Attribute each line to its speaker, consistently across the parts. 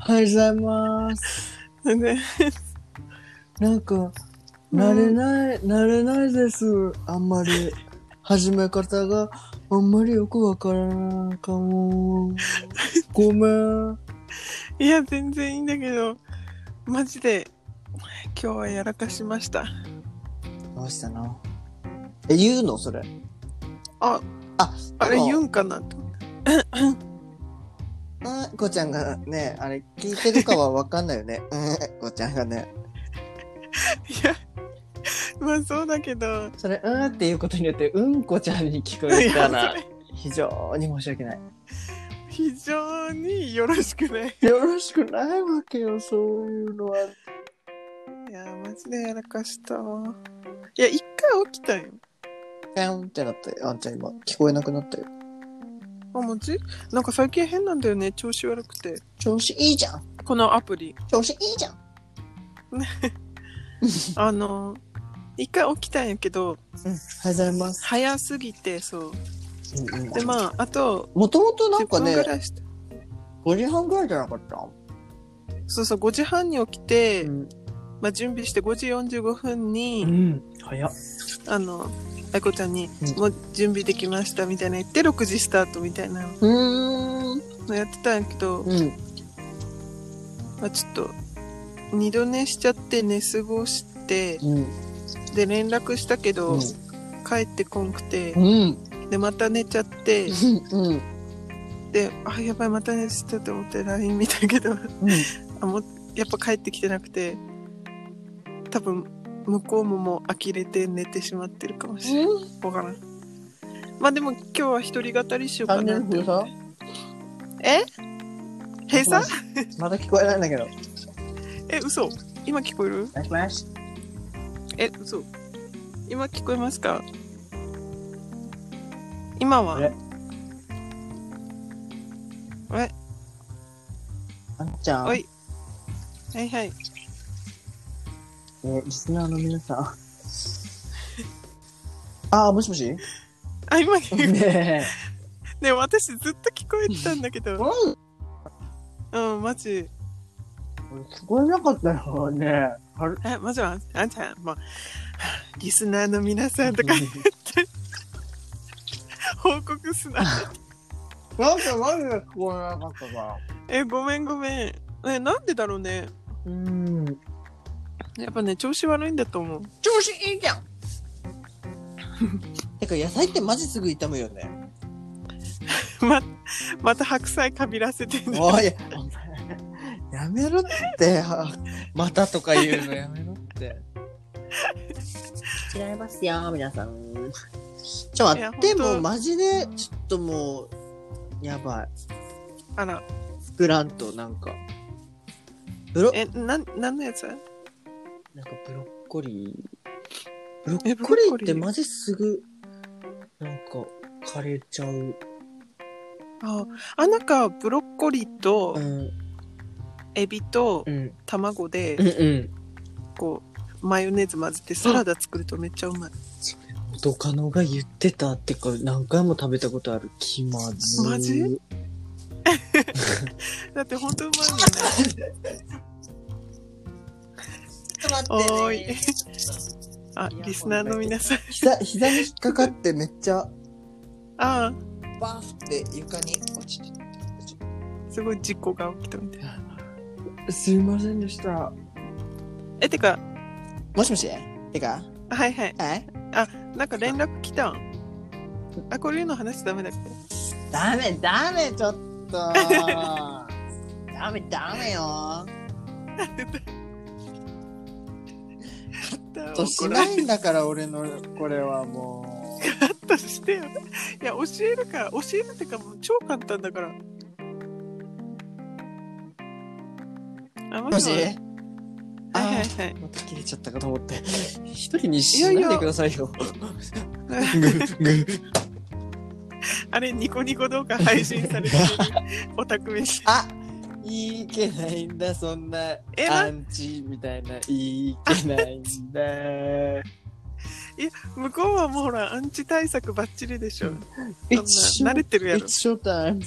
Speaker 1: おはようございます。
Speaker 2: ね、
Speaker 1: なんか、慣れない、慣れないです。あんまり。始め方があんまりよくわからないかも。ごめん。
Speaker 2: いや全然いいんだけどマジで今日はやらかしました
Speaker 1: どうしたのえ、言うのそれ。
Speaker 2: あ
Speaker 1: あ、
Speaker 2: あれ
Speaker 1: でも
Speaker 2: 言うんかなと
Speaker 1: うん、こちゃんがね、あれ、聞いてるかはわかんないよね。 うん、こちゃんがね。
Speaker 2: いやまあそうだけど
Speaker 1: それ、うんっていうことによって、うんこちゃんに聞こ
Speaker 2: い
Speaker 1: え た
Speaker 2: や
Speaker 1: ら
Speaker 2: そ、れ
Speaker 1: 非常に申し訳ない。
Speaker 2: 非常によろしくない
Speaker 1: よろしくないわけよ、そういうのは。
Speaker 2: いやマジでやらかしたわいや一回起きたよ
Speaker 1: ペンってなって、あんちゃん今、聞こえなくなったよ。
Speaker 2: あもちなんか最近変なんだよね調子悪くて
Speaker 1: 調子いいじゃん
Speaker 2: このアプリ
Speaker 1: 調子いいじゃん
Speaker 2: あの一回起きたんやけ
Speaker 1: うん、お
Speaker 2: ど
Speaker 1: はようございます。
Speaker 2: 早すぎてそう
Speaker 1: うんうん
Speaker 2: でまああと
Speaker 1: もともとな
Speaker 2: 10
Speaker 1: んか
Speaker 2: 分ぐ
Speaker 1: ね、
Speaker 2: らいして、
Speaker 1: 5時半ぐらいじゃなかった
Speaker 2: そうそう5時半に起きて、
Speaker 1: ん。
Speaker 2: まあ、準備して5時45分に、
Speaker 1: ん。早っ。
Speaker 2: あの愛子ちゃんに、
Speaker 1: うん
Speaker 2: もう準備できました」みたいな言って6時スタートみたいな
Speaker 1: うーん。
Speaker 2: のやってたんやけど、
Speaker 1: うん。
Speaker 2: まあ、ちょっと二度寝しちゃって寝過ごして
Speaker 1: うん。
Speaker 2: で連絡したけど、
Speaker 1: うん
Speaker 2: 帰ってこんくて
Speaker 1: う、ん。
Speaker 2: でまた寝ちゃって、
Speaker 1: うん。うん。
Speaker 2: で「あやばいまた寝てた」と思って LINE 見たけど あもうやっぱ帰ってきてなくて多分向こうももう呆れて寝てしまってるかもしれない。わからん。まあでも今日は一人語りしよう
Speaker 1: チャ
Speaker 2: か
Speaker 1: ンネ
Speaker 2: な
Speaker 1: ル
Speaker 2: って
Speaker 1: 封。鎖
Speaker 2: え閉
Speaker 1: ま
Speaker 2: 鎖
Speaker 1: まだ聞こえないんだけど。
Speaker 2: え、嘘今聞こえる
Speaker 1: もしもし
Speaker 2: え、嘘今聞こえますか今は
Speaker 1: え
Speaker 2: え、
Speaker 1: あんちゃん。
Speaker 2: おい。はいはい。
Speaker 1: えーリスナーの皆さん。あー、もしもしね
Speaker 2: あ、今聞こえる。
Speaker 1: え。
Speaker 2: ね、私ずっと聞こえてたんだけど。
Speaker 1: うん
Speaker 2: うん、マジ。
Speaker 1: 聞こえなかったよね。あれ
Speaker 2: え、マジはあんちゃん、まあ、リスナーの皆さんとか報告すな。
Speaker 1: なんかマジで聞こえなかったから。
Speaker 2: え、ごめんごめん。え、なんでだろうね。
Speaker 1: うん。
Speaker 2: やっぱね、調子悪いんだと思う。
Speaker 1: 調子いいじゃん てか野菜ってマジすぐ炒むよ ね。
Speaker 2: ま、また白菜かびらせてね。
Speaker 1: おい、 お前やめろって。 またとか言うのやめろって。違いますよ、皆さん。ちょ、
Speaker 2: い
Speaker 1: 待
Speaker 2: や
Speaker 1: って、
Speaker 2: ほんと
Speaker 1: もうマジで、ちょっともう、やばい。
Speaker 2: あら、
Speaker 1: 作らんと、なんか。ブロ、
Speaker 2: え、なん、なんのやつ
Speaker 1: なんかブロッコリー。ブロ
Speaker 2: え
Speaker 1: ッ
Speaker 2: ブロッ
Speaker 1: コ
Speaker 2: コリ
Speaker 1: リ
Speaker 2: ー
Speaker 1: ーってマジすぐ、なんか、枯れちゃう。
Speaker 2: あ、あ、なんか、ブロッコリーと
Speaker 1: う、ん、
Speaker 2: エビと
Speaker 1: う、ん、
Speaker 2: 卵で
Speaker 1: う、ん、うん。
Speaker 2: こう、マヨネーズ混ぜてサラダ作るとめっちゃうまい。
Speaker 1: ドカノが言ってたってか何回も食べたことある気まず
Speaker 2: マジだってほんとうまいもんね。おーい。あ、リスナーの皆さん。
Speaker 1: 膝膝に引っかかってめっちゃバ
Speaker 2: あ
Speaker 1: ーフって床に落ちて
Speaker 2: ーすごい事故が起きたみたいな。
Speaker 1: すいませんでした
Speaker 2: え、てか、
Speaker 1: もしもしてか
Speaker 2: はいはい。
Speaker 1: え
Speaker 2: なんか連絡来たんあ、これいうの話しちゃダ メだっけ
Speaker 1: ダメダメちょっとダメダメよとしないんだから俺のこれはもう
Speaker 2: としてよ。いや、教えるか、教えるってか、もう超簡単だから。あ、も
Speaker 1: も
Speaker 2: し
Speaker 1: し
Speaker 2: もし。はいはい
Speaker 1: あ
Speaker 2: はい。
Speaker 1: また切れちゃったかと思って一人にしないでくださいよ
Speaker 2: いやい
Speaker 1: ググ
Speaker 2: あれ、ニコニコ動画配信されてるオタク飯。
Speaker 1: あいけないんだそんな
Speaker 2: えな
Speaker 1: アンチみたいないけない んだ
Speaker 2: 向こうはもうほら、アンチ対策バッチリでしょ。
Speaker 1: It's
Speaker 2: そんな
Speaker 1: show-
Speaker 2: 慣れてるやろ
Speaker 1: it's show time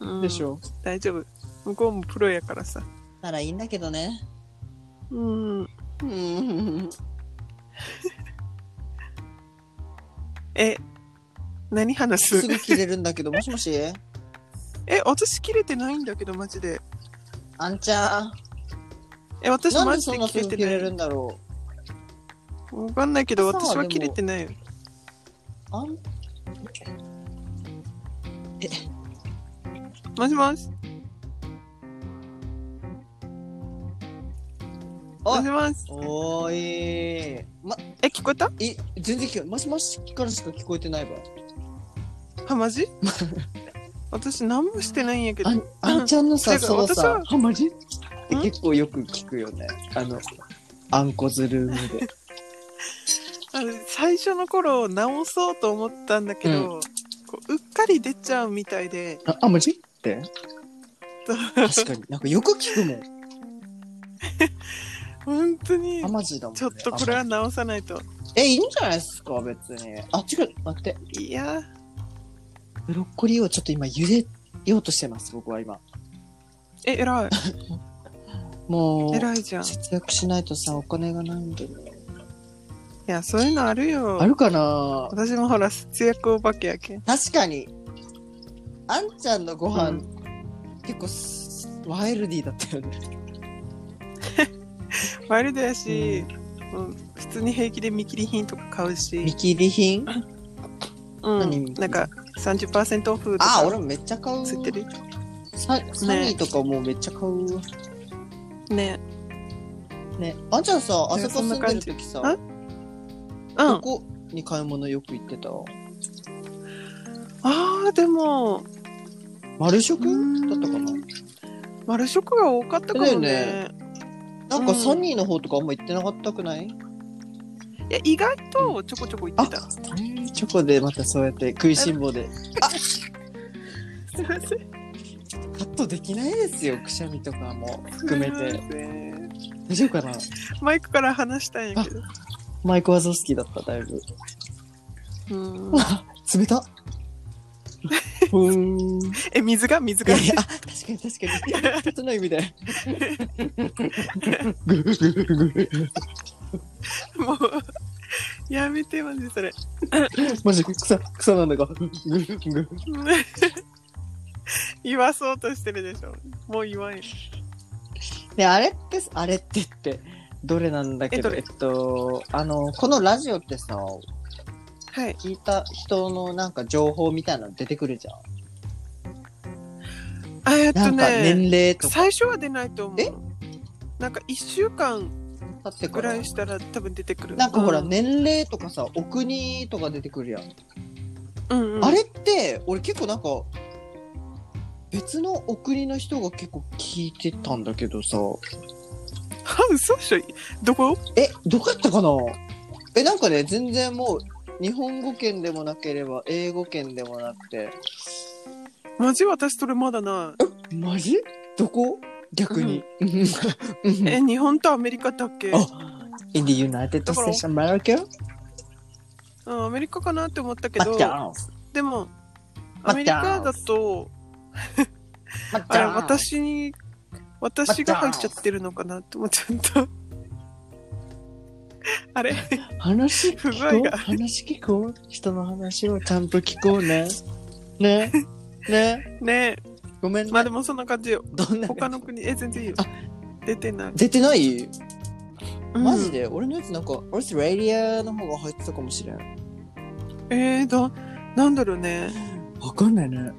Speaker 2: うん
Speaker 1: でしょ、
Speaker 2: 大丈夫向こうもプロやからさ
Speaker 1: ならいいんだけどね。
Speaker 2: うん
Speaker 1: うん。
Speaker 2: え何話
Speaker 1: す
Speaker 2: す
Speaker 1: ぐ切れるんだけど、もしもし
Speaker 2: え私切れてないんだけどマジで
Speaker 1: あんちゃん。
Speaker 2: え私
Speaker 1: なん
Speaker 2: マ
Speaker 1: で
Speaker 2: ジ
Speaker 1: そ
Speaker 2: で
Speaker 1: んな
Speaker 2: 切
Speaker 1: す
Speaker 2: れ
Speaker 1: ぐ
Speaker 2: て
Speaker 1: 切れ
Speaker 2: な
Speaker 1: る
Speaker 2: い
Speaker 1: んだろう。
Speaker 2: わかんないけど
Speaker 1: さあ
Speaker 2: 私は
Speaker 1: でも
Speaker 2: 切れてないよ
Speaker 1: あん
Speaker 2: もしもし
Speaker 1: おい
Speaker 2: もしもし
Speaker 1: おーい。ま、
Speaker 2: え聞こえた
Speaker 1: い、全然聞こえ、もしもしからしか聞こえてないわ。
Speaker 2: は マジ私何もしてないんやけど
Speaker 1: あんあんちゃんのさ、
Speaker 2: てか
Speaker 1: そのさ、
Speaker 2: 私は
Speaker 1: ハマリって結構よく聞くよね。あの、あんこずる みで。
Speaker 2: あの最初の頃直そうと思ったんだけど、こううっかり出ちゃうみたいで
Speaker 1: あ、あんまりって
Speaker 2: そう
Speaker 1: 確 かに。なんかよく聞くもん。
Speaker 2: 本当に
Speaker 1: あ、マジだもん、ね。
Speaker 2: ちょっとこれ
Speaker 1: あ
Speaker 2: は直さないと
Speaker 1: え、いいんじゃないですか、別に。あ、違う、待って。
Speaker 2: いや
Speaker 1: ブロッコリーをちょっと今茹でようとしてます、僕は今。
Speaker 2: え偉い
Speaker 1: もう、
Speaker 2: 偉いじゃんい
Speaker 1: 節約しないとさ、お金がないんでね。
Speaker 2: やそういうのあるよ
Speaker 1: あるかな
Speaker 2: 私もほら節約お化けやけん
Speaker 1: 確かに。あんちゃんのご飯、
Speaker 2: う
Speaker 1: 結構すワイルディーだったよね。
Speaker 2: ワイルドやし、もう普通に平気で見切り品とか買う
Speaker 1: 見
Speaker 2: し、
Speaker 1: 切り品
Speaker 2: う
Speaker 1: 何
Speaker 2: ん、なんか30%オフと
Speaker 1: あ、
Speaker 2: か
Speaker 1: 俺もめっちゃ買う。
Speaker 2: ついてる
Speaker 1: ササニーとかもうめっちゃ買う。
Speaker 2: ね
Speaker 1: ね。あんちゃんさ、あそこ
Speaker 2: そ
Speaker 1: 住
Speaker 2: んなん
Speaker 1: で
Speaker 2: 感
Speaker 1: る
Speaker 2: じ
Speaker 1: 時さ、
Speaker 2: あうん
Speaker 1: どこに買い物よく行ってた
Speaker 2: あーでも
Speaker 1: 丸食だ
Speaker 2: うん
Speaker 1: ったかな
Speaker 2: 丸食が多かったか
Speaker 1: だ
Speaker 2: もね
Speaker 1: よねなんかサニーの方とかあんま行ってなかったくない
Speaker 2: いや意外とちょこちょこ行ってた、
Speaker 1: チョコでまたそうやって食いしん坊で。
Speaker 2: すいません
Speaker 1: カットできないですよ、くしゃみとかも含め
Speaker 2: す
Speaker 1: て。
Speaker 2: いません
Speaker 1: 大丈夫かな
Speaker 2: マイクから話したいんやけど
Speaker 1: マイク・ワゾフスキーだった、だいぶ。
Speaker 2: うん
Speaker 1: 冷たっふーん。
Speaker 2: え水が水
Speaker 1: い
Speaker 2: が
Speaker 1: やいや、あ確かに確かに。二つの意味で。グーグーグーグー。
Speaker 2: もう やめてマジそれ
Speaker 1: マジ草、草なんだか。グーグー
Speaker 2: 言わそうとしてるでしょもう言わんよ
Speaker 1: で、あれって、あれってって、どれなんだけど、え
Speaker 2: え
Speaker 1: っと、あの、このラジオってさ、
Speaker 2: はい
Speaker 1: 聞いた人のなんか情報みたいなの出てくるじゃん。
Speaker 2: あえっ
Speaker 1: な
Speaker 2: と
Speaker 1: んか
Speaker 2: ね
Speaker 1: 年齢とか
Speaker 2: 最初は出ないと思
Speaker 1: え
Speaker 2: うなんか1週間
Speaker 1: 経って
Speaker 2: ぐ
Speaker 1: からら
Speaker 2: い。したら多分出てくる
Speaker 1: なんかほら、
Speaker 2: う
Speaker 1: 年齢とかさ、お国とか出てくるやん。
Speaker 2: うんうん
Speaker 1: あれって、俺結構なんか、別のお国の人が結構聞いてたんだけどさ、
Speaker 2: は嘘っしょどこ
Speaker 1: え、どこやったかなえ、なんかね、全然もう、日本語圏でもなければ、英語圏でもなくて、
Speaker 2: マジ私それまだない
Speaker 1: マジどこ逆に。
Speaker 2: え日本とアメリカだっけ
Speaker 1: あ、in the United
Speaker 2: だから
Speaker 1: States of America?
Speaker 2: うんアメリカかなって思ったけ
Speaker 1: マ
Speaker 2: ど
Speaker 1: ッチャンス。
Speaker 2: でも
Speaker 1: マ
Speaker 2: ア
Speaker 1: ッ
Speaker 2: メリ
Speaker 1: チャン
Speaker 2: カだと
Speaker 1: マッ
Speaker 2: あ
Speaker 1: チ
Speaker 2: れ
Speaker 1: ャンス。
Speaker 2: 私に私が入っちゃってるのかなって思っちゃ ったあれ
Speaker 1: 話
Speaker 2: 不具
Speaker 1: 聞
Speaker 2: 合
Speaker 1: こう
Speaker 2: が
Speaker 1: 話聞こう人の話をちゃんと聞こうね。ね。ね。
Speaker 2: ねえ
Speaker 1: ごめんね。
Speaker 2: まあでもそんな感じよ
Speaker 1: どんな
Speaker 2: 他の国え全然いいよ
Speaker 1: あ
Speaker 2: 出てない
Speaker 1: 出てない
Speaker 2: うん
Speaker 1: マジで俺のやつなんか、オーストラリアの方が入ってたかもしれん。
Speaker 2: えー、だなんだろうね
Speaker 1: わかんないね。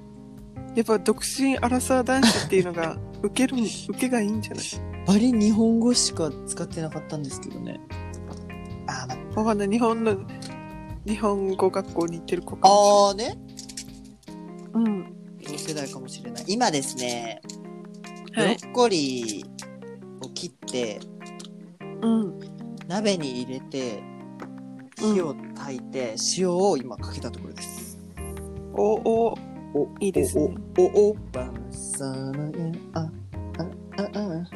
Speaker 2: やっぱ独身アラサー男子っていうの が受ける受けがいいんじゃない
Speaker 1: バリ日本語しか使ってなかったんですけどね。あー、ま
Speaker 2: わかんない日本の日本語学校に行ってる子かも
Speaker 1: あーね。
Speaker 2: しれないうん
Speaker 1: 同世代かもしれない。今ですね、ブロ
Speaker 2: はい
Speaker 1: ッコリーを切って、
Speaker 2: うん
Speaker 1: 鍋に入れて、火を炊いて、塩を今かけたところです。
Speaker 2: おお
Speaker 1: お
Speaker 2: いいですね
Speaker 1: おおおばさのやあああ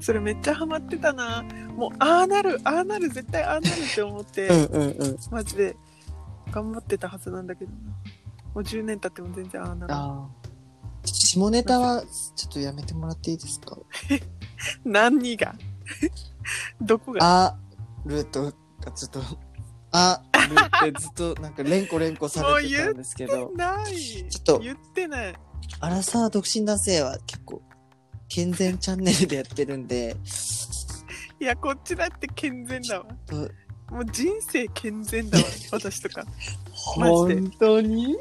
Speaker 2: それめっちゃハマってたなもうああなるああなる絶対ああなるって思って、
Speaker 1: あうんうんうん
Speaker 2: マジで頑張ってたはずなんだけどなう10年経っても全然ああなら
Speaker 1: ああ。下ネタはちょっとやめてもらっていいですか
Speaker 2: 何が どこが
Speaker 1: あると、ちょっと、あるってずっとなんか連呼連呼されてたんですけど、
Speaker 2: ない
Speaker 1: ちょっと
Speaker 2: 言ってない
Speaker 1: あらさ、独身男性は結構、健全チャンネルでやってるんで、
Speaker 2: いやこっちだって健全だわ
Speaker 1: と
Speaker 2: もう人生健全だわ私とかいマジで
Speaker 1: 本当に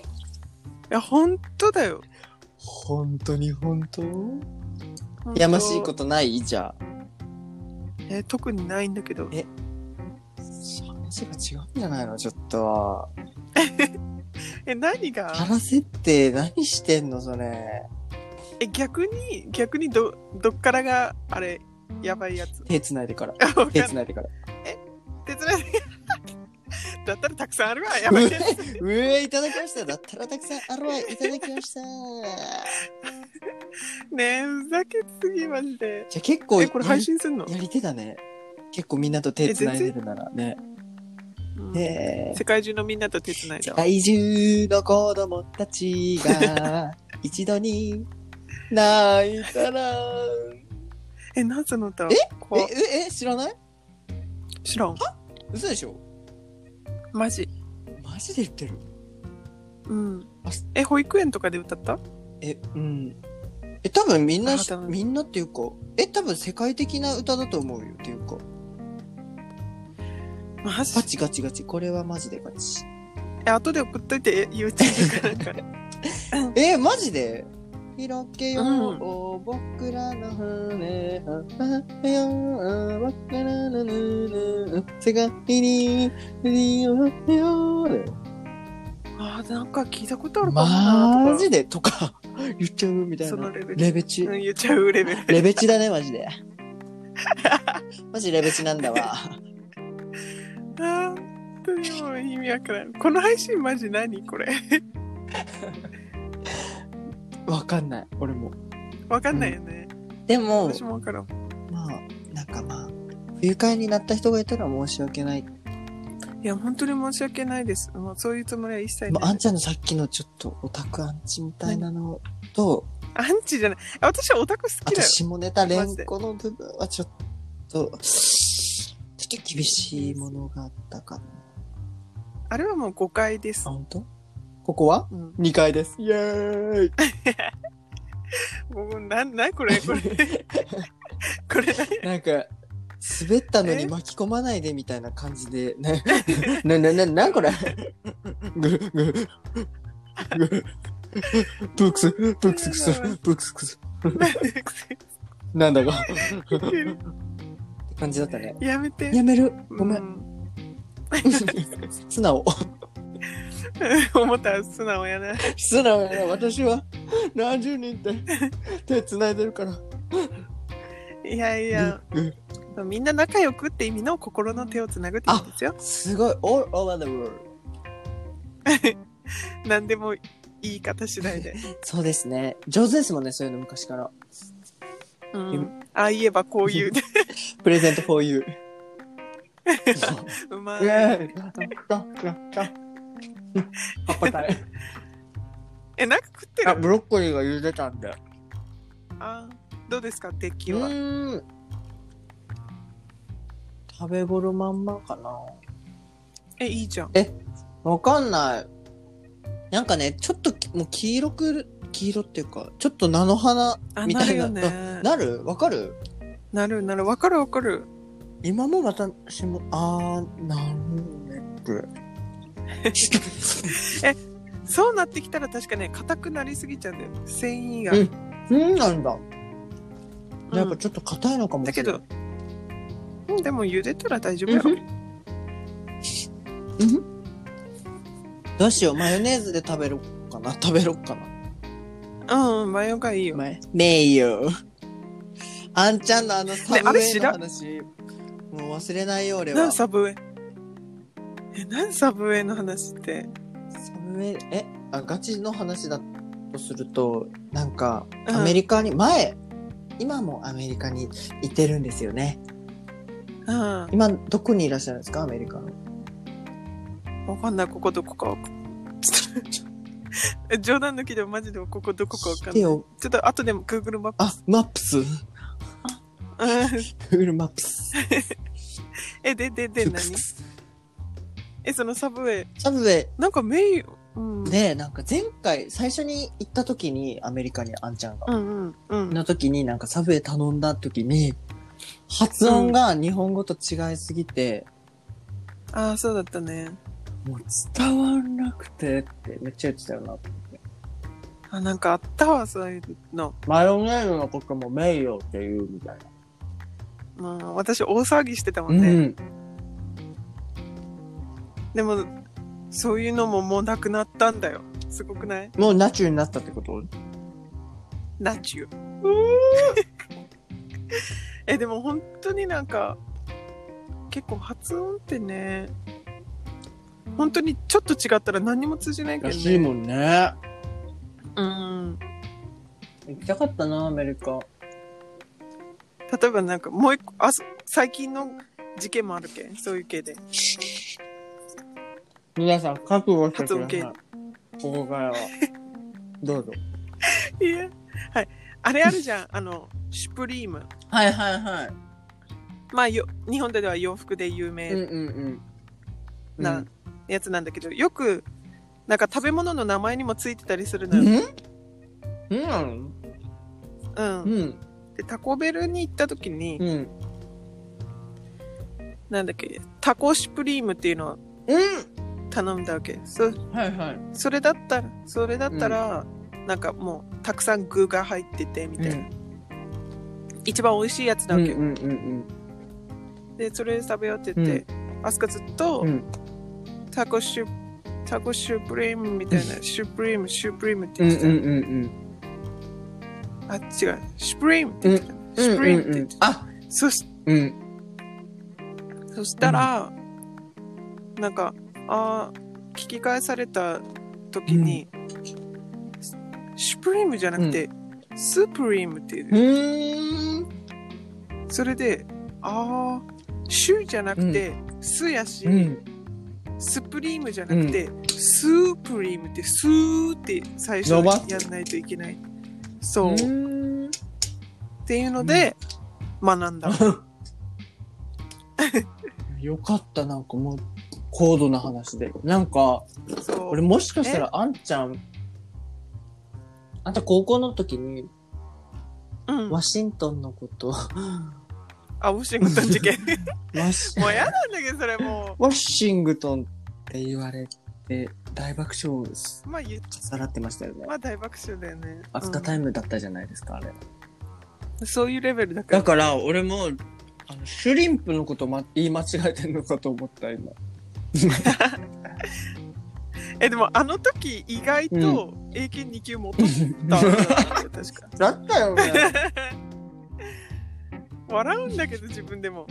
Speaker 2: や本当だよ
Speaker 1: 本当に本当やましいこととないじゃあ。
Speaker 2: え特にないんだけど
Speaker 1: え話が違うんじゃないのちょっと。
Speaker 2: え何が
Speaker 1: キャラ設定何してんのそれ。
Speaker 2: え逆に逆にどどっからがあれやばいやつ
Speaker 1: 手繋いでから。
Speaker 2: わかん
Speaker 1: 手
Speaker 2: ない
Speaker 1: 繋いでから。
Speaker 2: 手伝いだったらたくさんあるわやばいやつ
Speaker 1: うえ、いただきました。だったらたくさんあるわ。いただきました。
Speaker 2: ねえふざけすぎまジで
Speaker 1: じゃあ結構
Speaker 2: えこれ配信すんの
Speaker 1: やりやり手だね。結構みんなと手繋いでるならね。
Speaker 2: うん
Speaker 1: ねえ
Speaker 2: 世界中のみんなと手つないだ
Speaker 1: 世
Speaker 2: わ
Speaker 1: 界中の子供たち が一度に泣いたら。
Speaker 2: えなぜの歌
Speaker 1: え
Speaker 2: 怖っ、
Speaker 1: え、え、知らない
Speaker 2: 知らん
Speaker 1: 嘘でしょ
Speaker 2: マジ
Speaker 1: マジで言ってる。
Speaker 2: うん
Speaker 1: あ
Speaker 2: え保育園とかで歌った
Speaker 1: え、うん。え、多分みんなし
Speaker 2: あ多、分
Speaker 1: みんなっていうか、え、多分世界的な歌だと思うよっていうか。
Speaker 2: マジ
Speaker 1: ガチガチガチ。これはマジでガチ。
Speaker 2: え後で送っといて YouTube かなん か
Speaker 1: えー、マジで開けよう、
Speaker 2: うん
Speaker 1: 僕らの船開けよう僕らの船世界に開けよう
Speaker 2: あーなんか聞いたことあるかもな
Speaker 1: マ
Speaker 2: と
Speaker 1: ジ
Speaker 2: か
Speaker 1: でとか言っちゃうみたい
Speaker 2: そ
Speaker 1: な
Speaker 2: のレベル
Speaker 1: レベチ
Speaker 2: うん言っちゃうレベル
Speaker 1: レベチだねマジでマジレベチなんだわ
Speaker 2: あー本当にもう意味わからんこの配信マジ何これ
Speaker 1: わかんない俺も
Speaker 2: わかんないよね、
Speaker 1: でも
Speaker 2: 私もわからん
Speaker 1: まあなんかまあ不愉快になった人がいたら申し訳ない
Speaker 2: いや本当に申し訳ないですもうそういうつもりは一切
Speaker 1: ま
Speaker 2: ない
Speaker 1: あ、あんちゃんのさっきのちょっとオタクアンチみたいなのと、
Speaker 2: アンチじゃないあ私はオタク好
Speaker 1: あ
Speaker 2: き
Speaker 1: と
Speaker 2: だよ
Speaker 1: 下ネタ連呼の部分はちょっと、ちょっと厳しいものがあったかな。
Speaker 2: あれはもう誤解です
Speaker 1: あ、、本当？ここは
Speaker 2: うん、
Speaker 1: ?2 階です。イエーイ
Speaker 2: もうなんなんこれこ れこれ何
Speaker 1: なんか、滑ったのに巻き込まないでみたいな感じで、な、 な、な、な、な、これぐ、ぐ、ぐ、ブックス、ブックスクス、ブックスクス、なんだか、 って感じだったね。
Speaker 2: やめて
Speaker 1: やめる。ごめ。
Speaker 2: うんん
Speaker 1: 素直。
Speaker 2: 思ったら素直やな
Speaker 1: 素直やな、私は何十人って手つないでるから。
Speaker 2: いやいや
Speaker 1: うん
Speaker 2: みんな仲良くって意味の心の手をつなぐって言うんですよ
Speaker 1: すごい、all over the world。
Speaker 2: 何でもいい方次第で、
Speaker 1: そうですね。上手ですもんね、そういうの昔から。
Speaker 2: うん、ああ言えばこう いうで
Speaker 1: プレゼント for you。
Speaker 2: うま
Speaker 1: イ
Speaker 2: い
Speaker 1: ェーイラララ葉っぱたい。
Speaker 2: えなんか食って
Speaker 1: あ、
Speaker 2: る
Speaker 1: ブロッコリーが茹でたんだ。
Speaker 2: あどうですか出来
Speaker 1: う
Speaker 2: は
Speaker 1: ーん。食べ頃まんまかな。
Speaker 2: えいいじゃん
Speaker 1: わかんない。なんかね、ちょっときもう黄色く、黄色っていうか、ちょっと菜の花
Speaker 2: あ
Speaker 1: み
Speaker 2: な
Speaker 1: た
Speaker 2: る
Speaker 1: いな。
Speaker 2: よね
Speaker 1: あなるわかる
Speaker 2: なるなるわかるわかる
Speaker 1: 今も私も、あー、なるねく。
Speaker 2: そうなってきたら確かね硬くなりすぎちゃうんだよ繊維が、
Speaker 1: うんうん、なんだ。
Speaker 2: うん
Speaker 1: やっぱちょっと硬いのかも
Speaker 2: だ
Speaker 1: し
Speaker 2: け
Speaker 1: れない。
Speaker 2: どうんでも茹でたら大丈夫やろ
Speaker 1: うどうしよう、マヨネーズで食べろっかな食べろっかな
Speaker 2: うんうんマヨがいいよ
Speaker 1: ねえよ。あんちゃんのあのサブウ
Speaker 2: ねあれ
Speaker 1: ェイ
Speaker 2: 知
Speaker 1: の
Speaker 2: ら
Speaker 1: 話、もう忘れないよ、俺は。
Speaker 2: 何サブウェイえ何サブウェイの話って
Speaker 1: サムエルえあガチの話だとするとなんか
Speaker 2: うん
Speaker 1: アメリカに、前今もアメリカにいてるんですよね
Speaker 2: うんわ
Speaker 1: 今どこにいらっしゃるんですかアメリカの
Speaker 2: かんないここどこかわかんえ 冗談抜きでもマジでここどこかわかんない。
Speaker 1: 手
Speaker 2: ちょ
Speaker 1: を、
Speaker 2: っと後でも Google マップ。
Speaker 1: あ、マップス。
Speaker 2: うん
Speaker 1: Google マップス。
Speaker 2: え、で、で、で、
Speaker 1: フッ
Speaker 2: 何
Speaker 1: クス
Speaker 2: え、そのサブウェイ。
Speaker 1: サブウェイ
Speaker 2: なんかメイン、うん。。
Speaker 1: で、なんか前回、最初に行った時に、アメリカにあんちゃんが。
Speaker 2: うんうんうん。
Speaker 1: の時に、なんかサブウェイ頼んだ時に、発音が日本語と違いすぎて、
Speaker 2: ああ、そうだったね。
Speaker 1: もう伝わんなくてってめっちゃ言ってたよな。
Speaker 2: あ、なんかあったわ、そういうの。
Speaker 1: マヨネーズのことも名誉って言うみたい
Speaker 2: まあ、私大騒ぎしてたも
Speaker 1: な。
Speaker 2: んね。
Speaker 1: ん。
Speaker 2: でも、そういうのももうなくなったんだよ。すごくない
Speaker 1: もうナチュになったってこと
Speaker 2: ナチュ。 え、でも本当になんか、結構発音ってね、本当にちょっと違ったら何にも通じないけど
Speaker 1: ら
Speaker 2: ね。
Speaker 1: しいもんね。
Speaker 2: うん。
Speaker 1: 行きたかったな、アメリカ。
Speaker 2: 例えばなんかもう一個、あそ最近の事件もあるけん、そういう系で。
Speaker 1: 皆さん、覚悟してくださ
Speaker 2: 発
Speaker 1: い。ここからは。どうぞ。
Speaker 2: いや、はい。あれあるじゃん、 あの、シュプリーム。
Speaker 1: はいはいはい。
Speaker 2: まあよ、日本では洋服で有
Speaker 1: うん
Speaker 2: 名
Speaker 1: うんうん。
Speaker 2: なやつなんだけど、よく、なんか食べ物の名前にもついてたりする
Speaker 1: う
Speaker 2: の
Speaker 1: ん。
Speaker 2: よ。
Speaker 1: うんなの
Speaker 2: うん。
Speaker 1: うん。
Speaker 2: で、タコベルに行った時に、
Speaker 1: うん。
Speaker 2: なんだっけ、タコシュプリームっていうのを
Speaker 1: う
Speaker 2: 頼んだわけ。そ、
Speaker 1: んはいはい。
Speaker 2: それだったら、それだったら、なんかもう、たくさん具が入ってて、みたいな。一番美味しいやつな
Speaker 1: う
Speaker 2: わ
Speaker 1: ん
Speaker 2: けよ。
Speaker 1: うんうん
Speaker 2: で、それ食べようって言って、アスカずっと、
Speaker 1: うん。うん
Speaker 2: タコシュ、タコシュプリームみたいな、シュプリーム、シュプリームって
Speaker 1: うん
Speaker 2: 言ってた
Speaker 1: う
Speaker 2: よ。
Speaker 1: んうん
Speaker 2: あ、違う。シュプリームって言ってた。
Speaker 1: うん。
Speaker 2: シュプリームって
Speaker 1: うんう
Speaker 2: 言っ
Speaker 1: ん
Speaker 2: てた。
Speaker 1: あ
Speaker 2: そし
Speaker 1: うん。
Speaker 2: そしたら、なんか、あー聞き返された時に、シュプリームじゃなくて、スープリームっていう
Speaker 1: う。ーん。
Speaker 2: それで、ああ、シュじゃなくて、スやし、
Speaker 1: うん。
Speaker 2: スプリームじゃなくて、スープリームって、スーって最初
Speaker 1: 伸ばす
Speaker 2: やんないといけない。そう。
Speaker 1: う
Speaker 2: っ
Speaker 1: ーん
Speaker 2: ていうので、学んだ。
Speaker 1: よかった、なんかもう、高度な話で。なんか、
Speaker 2: そう。
Speaker 1: 俺もしかしたらあんちゃん、あんた高校の時に、
Speaker 2: うん。
Speaker 1: ワシントンのこと、
Speaker 2: あ、ウォシングトン事件。
Speaker 1: ワシ
Speaker 2: もう嫌なんだけど、それも
Speaker 1: ワッシングトンって言われて、大爆笑し
Speaker 2: う。まあ言っ
Speaker 1: さらってましたよね。
Speaker 2: まあ大爆笑だよね。
Speaker 1: アスカタイムだったじゃないですか、あれ。
Speaker 2: うんそういうレベルだから。
Speaker 1: だから、俺も、あの、シュリンプのこと、ま、言い間違えてるのかと思った、今。
Speaker 2: え、でもあの時意外と英検2級も取ったんだよね、確か。
Speaker 1: だったよね。
Speaker 2: 笑うんだけど自分でも。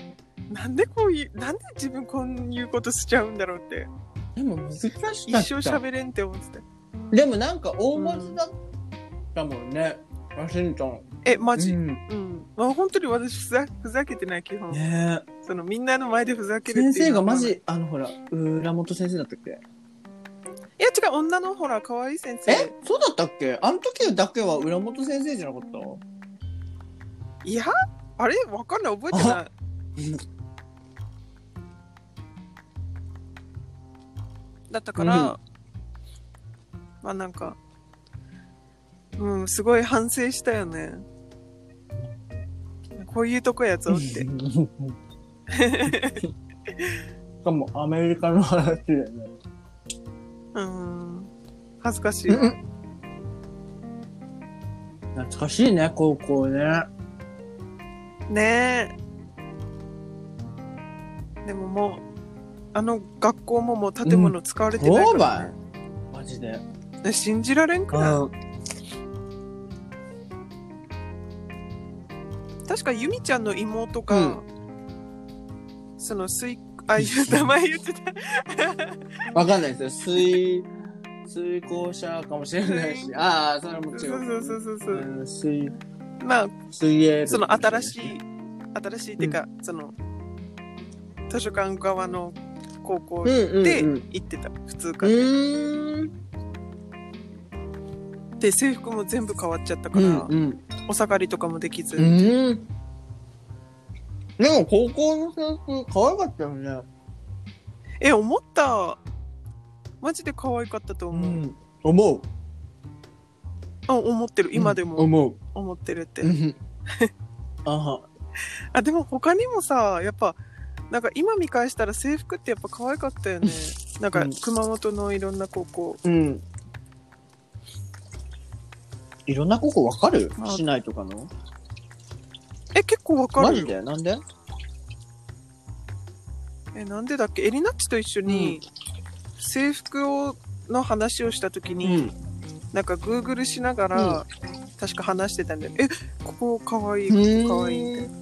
Speaker 2: なんでこういう、なんで自分こういうことしちゃうんだろうって。
Speaker 1: でも難しかった。
Speaker 2: 一生喋れんって思ってた。
Speaker 1: でもなんか大文字だったもんね、ワシントン。
Speaker 2: え、マジ、うん、
Speaker 1: ん、
Speaker 2: まあ本当に私ふざふざけてない基本。
Speaker 1: ねえ
Speaker 2: そのみんなの前でふざけるっていう
Speaker 1: 先生がマ
Speaker 2: い
Speaker 1: ジ、あのほら、浦本先生だったっけ
Speaker 2: や違う、女のほら、可愛い先生。
Speaker 1: えそうだったっけあの時だけは浦本先生じゃなかった
Speaker 2: いやあれわかんない。覚えてない。だったから、
Speaker 1: うん
Speaker 2: まあなんか、うん、すごい反省したよね。こういうとこやぞ って。
Speaker 1: しかもアメリカの話だよね。
Speaker 2: うん。恥ずかしい。
Speaker 1: 懐かしいね、高校ね。
Speaker 2: ねえ。でももう、あの学校ももう建物使われてない
Speaker 1: そう
Speaker 2: から、
Speaker 1: ば
Speaker 2: ね
Speaker 1: いマジで。
Speaker 2: ね信じられんくら
Speaker 1: うん
Speaker 2: い。確か由美ちゃんの妹が、
Speaker 1: う
Speaker 2: その水、あ、いう名前言ってた。
Speaker 1: わかんないですよ。水、水校舎かもしれないし。ああ、それはもち
Speaker 2: そ
Speaker 1: ろ。
Speaker 2: うんそうそうそうそう。
Speaker 1: うん水、
Speaker 2: まあ、
Speaker 1: 水泳部
Speaker 2: その新しい、新しいっていうか、その、図書館側の高校
Speaker 1: うんうんうん
Speaker 2: で行ってた、普通科
Speaker 1: う
Speaker 2: で。
Speaker 1: ーん。
Speaker 2: で制服も全部変わっちゃったか
Speaker 1: う
Speaker 2: ら、
Speaker 1: んうん
Speaker 2: お下がりとかもできず、
Speaker 1: うんでも高校の制服可愛かったよね
Speaker 2: え思ったマジで可愛かったと思う、
Speaker 1: 思う
Speaker 2: あ思ってる今で
Speaker 1: うん
Speaker 2: も
Speaker 1: 思 う
Speaker 2: 思ってるって、
Speaker 1: うんあは
Speaker 2: あでも他にもさやっぱなんか今見返したら制服ってやっぱ可愛かったよねなんか
Speaker 1: うん
Speaker 2: 熊本のいろんな高校
Speaker 1: うんいろんな高校わかる
Speaker 2: あ
Speaker 1: 市内とかの
Speaker 2: え結構わか
Speaker 1: マ
Speaker 2: る
Speaker 1: ジ
Speaker 2: よ
Speaker 1: でなんで
Speaker 2: えなんでだっけエリナッチと一緒に制服をの話をした時に、なんかグーグルしながら、確か話してたんだよねえここ可愛いここ可愛いみたいな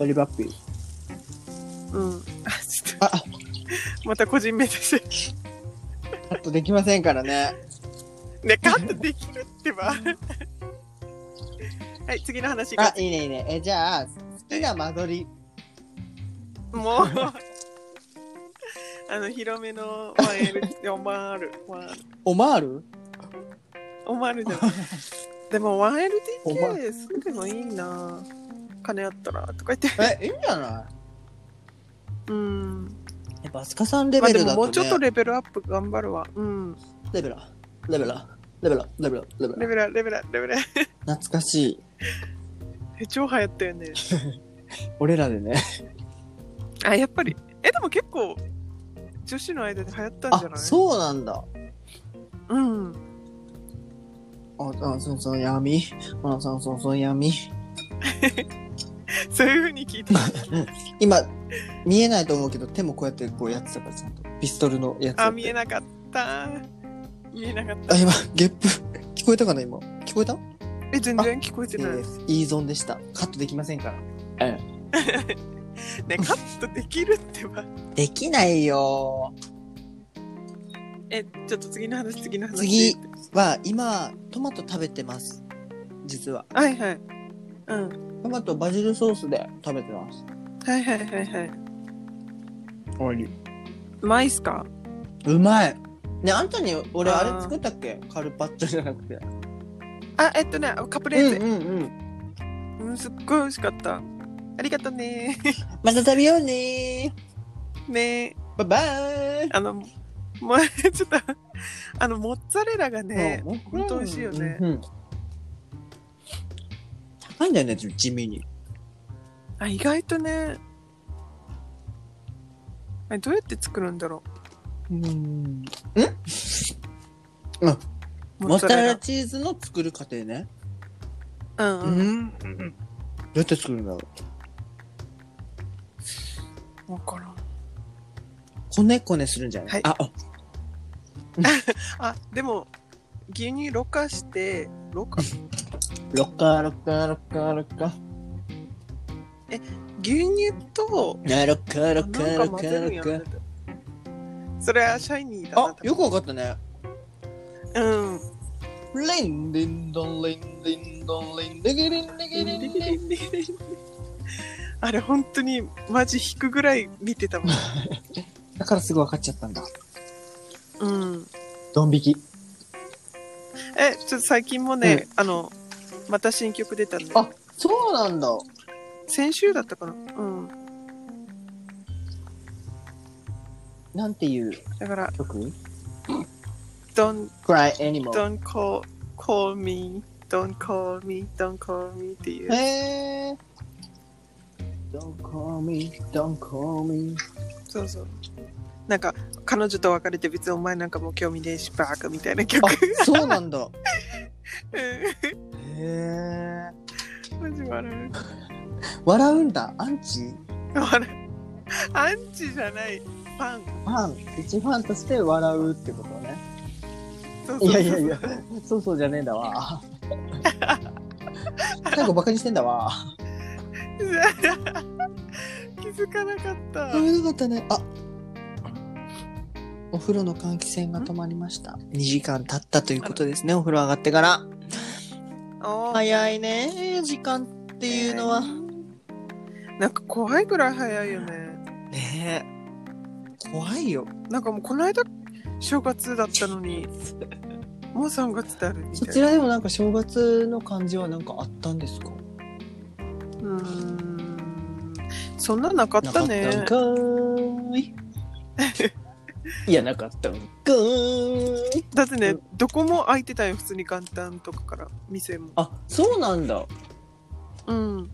Speaker 1: バリバッピー
Speaker 2: うんあちょっ
Speaker 1: あ
Speaker 2: と また個人名出して
Speaker 1: カットできませんからね
Speaker 2: ねカットできるってばはい次の話
Speaker 1: あ
Speaker 2: が
Speaker 1: いいねいいねえじゃあ好きな間取り
Speaker 2: もうあの広めのワンエルでオマールワン
Speaker 1: オマール
Speaker 2: オマ ールじゃないでも 1LDK
Speaker 1: お
Speaker 2: 住んでもいいな金あったらとか言って
Speaker 1: えいいんじゃない
Speaker 2: うん
Speaker 1: やっぱ飛鳥さんレ
Speaker 2: まあ
Speaker 1: ベ
Speaker 2: で
Speaker 1: ル
Speaker 2: も
Speaker 1: だ
Speaker 2: も
Speaker 1: と、ね
Speaker 2: うちょっとレベルアップ頑張るわうん
Speaker 1: レベルだレベルだレベルだレベルだレベルだ
Speaker 2: レベルアレベルアレベルア
Speaker 1: 懐かしい
Speaker 2: え超流行ったよね
Speaker 1: 俺らでね
Speaker 2: あやっぱりえでも結構女子の間で流行ったん
Speaker 1: あ
Speaker 2: じゃない
Speaker 1: そうなんだ
Speaker 2: うん
Speaker 1: ああそうそう闇ほらそうそうそう闇
Speaker 2: そういうふうに聞いてた
Speaker 1: 今見えないと思うけど手もこうやってこうやってたからちゃんとピストルのやつ
Speaker 2: あ見え
Speaker 1: ない
Speaker 2: なかった見えなかった
Speaker 1: あ今ゲップ聞こえたかな今聞こえた
Speaker 2: え全然聞こえて
Speaker 1: い
Speaker 2: な
Speaker 1: や
Speaker 2: い
Speaker 1: いやいいゾーンでしたカットできませんからえ
Speaker 2: ねカットできるってば
Speaker 1: できないよ
Speaker 2: えちょっと次の話次の話
Speaker 1: 次は今トマト食べてます実は
Speaker 2: はいはいうん
Speaker 1: トマトバジルソースで食べてます
Speaker 2: はいはいはいはい
Speaker 1: おいしいう
Speaker 2: まいっすか
Speaker 1: うまいねあんたに俺
Speaker 2: あ
Speaker 1: あ
Speaker 2: ー
Speaker 1: れ作ったっけカルパッチョじゃなくて
Speaker 2: あえっとねカプレーゼ、
Speaker 1: うんうんうん
Speaker 2: うんすっごい美味しかったありがとうね
Speaker 1: また食べようね
Speaker 2: ね
Speaker 1: バイバイ
Speaker 2: あのもう ちょっとあのモッツァレラがね
Speaker 1: うん
Speaker 2: ほんと美味しいよね
Speaker 1: うんうん高いんだよね地味に
Speaker 2: あ意外とねあれどうやって作るんだろ
Speaker 1: うん
Speaker 2: う
Speaker 1: モッツァレラチーズの作る過程ね
Speaker 2: うんうん、
Speaker 1: んどうやって作るんだろう
Speaker 2: 分からん
Speaker 1: こねこねするんじゃない、
Speaker 2: はい
Speaker 1: ああ
Speaker 2: あでも牛乳ろ過してろ過牛
Speaker 1: ロッカーロッカーロッカーロッカー
Speaker 2: 乳と
Speaker 1: ロッカーロ
Speaker 2: なん
Speaker 1: ッカーロ
Speaker 2: か
Speaker 1: ッ
Speaker 2: 混
Speaker 1: カ
Speaker 2: ぜ
Speaker 1: ーロ
Speaker 2: る
Speaker 1: ッ
Speaker 2: んや
Speaker 1: カ
Speaker 2: ん
Speaker 1: ー
Speaker 2: それはシャイニーだな
Speaker 1: あよくわかったね
Speaker 2: 多分うん
Speaker 1: リンリンドンリンリンドンリンリンリンリンリンリン
Speaker 2: あれ本当にマジ引くぐらい見てたもん、
Speaker 1: だからすぐ分かっちゃったんだ
Speaker 2: うん、
Speaker 1: ドン引き
Speaker 2: えちょっと最近もね、あのまた新曲出たんで
Speaker 1: あそうなんだ
Speaker 2: 先週だったかなうん
Speaker 1: なんていう
Speaker 2: だから
Speaker 1: 曲
Speaker 2: 「Don't
Speaker 1: Cry Animal
Speaker 2: Don't call, call me, don't call me, don't call me っていう。
Speaker 1: へー Don't call me, don't call me
Speaker 2: そうそう。なんか、彼女と別れて別にお前なんかもう興味ねえし、バーカみたいな曲。
Speaker 1: あそうなんだ
Speaker 2: う
Speaker 1: へえ
Speaker 2: ん マジ笑
Speaker 1: 笑うんだアンチ
Speaker 2: う。笑う。アンチじゃない、ファン。
Speaker 1: ファン一ファンとして笑うってことね
Speaker 2: そうそう
Speaker 1: いや
Speaker 2: そう
Speaker 1: いやいや、そうそうじゃねえんだわ。最後バカにしてんだわ。
Speaker 2: 気づかなかった。
Speaker 1: よかったね。あお風呂の換気扇が止まりました。2時間経ったということですね、お風呂上がってから。
Speaker 2: おー
Speaker 1: 早いね、時間っていうのは。
Speaker 2: なんか怖いぐらい早いよね。
Speaker 1: ねえ。怖いよ。
Speaker 2: なんかもうこの間、正月だったのに、もう3月であるみ
Speaker 1: そ
Speaker 2: たい
Speaker 1: ち
Speaker 2: な
Speaker 1: らでもなんか正月の感じはなんかあったんですか
Speaker 2: うーんそんななかっ
Speaker 1: な
Speaker 2: たね
Speaker 1: かったんかーい いやなかったんかーい
Speaker 2: だってね、
Speaker 1: う
Speaker 2: どこも空いてたよ普通に元旦とかから店も
Speaker 1: あそうなんだ
Speaker 2: うんい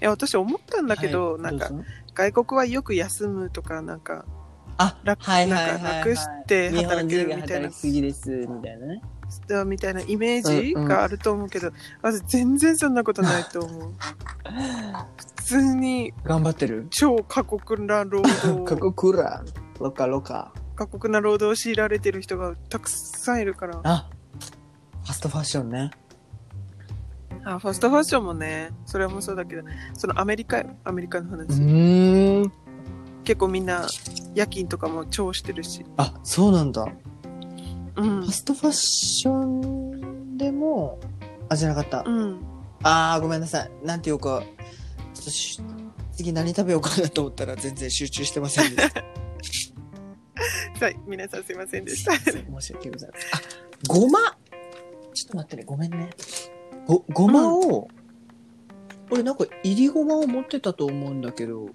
Speaker 2: や私思ったんだけど、
Speaker 1: はい
Speaker 2: なんか
Speaker 1: どうぞ
Speaker 2: 外国はよく休むとかなんか
Speaker 1: あ
Speaker 2: 楽
Speaker 1: はいはい
Speaker 2: な
Speaker 1: は
Speaker 2: ん
Speaker 1: い、
Speaker 2: か
Speaker 1: はい、
Speaker 2: 楽して
Speaker 1: 日本
Speaker 2: 働け
Speaker 1: 人
Speaker 2: るみ
Speaker 1: が
Speaker 2: たいな
Speaker 1: 働きすぎですみたいなね
Speaker 2: みたいなイメージ
Speaker 1: うんうん
Speaker 2: があると思うけど、私全然そんなことないと 思う普通に
Speaker 1: 頑張ってる
Speaker 2: 超過酷な労 働
Speaker 1: 過酷らロカロカ
Speaker 2: 過酷な労働を強いられてる人がたくさんいるから
Speaker 1: あファストファッションね
Speaker 2: あファストファッションもねそれもそうだけどそのアメリカよアメリカの話、
Speaker 1: うん
Speaker 2: 結構みんな夜勤とかも超してるし
Speaker 1: あそうなんだ
Speaker 2: うん
Speaker 1: ファストファッションでもあじゃなかった、
Speaker 2: うん
Speaker 1: あーごめんなさいなんていうかちょっとし次何食べようかなと思ったら全然集中してませんでした
Speaker 2: はい皆さんすいませんでし た
Speaker 1: 申し訳ございませんあごまちょっと待ってねごめんねごごまを、俺なんかいりごまを持ってたと思うんだけど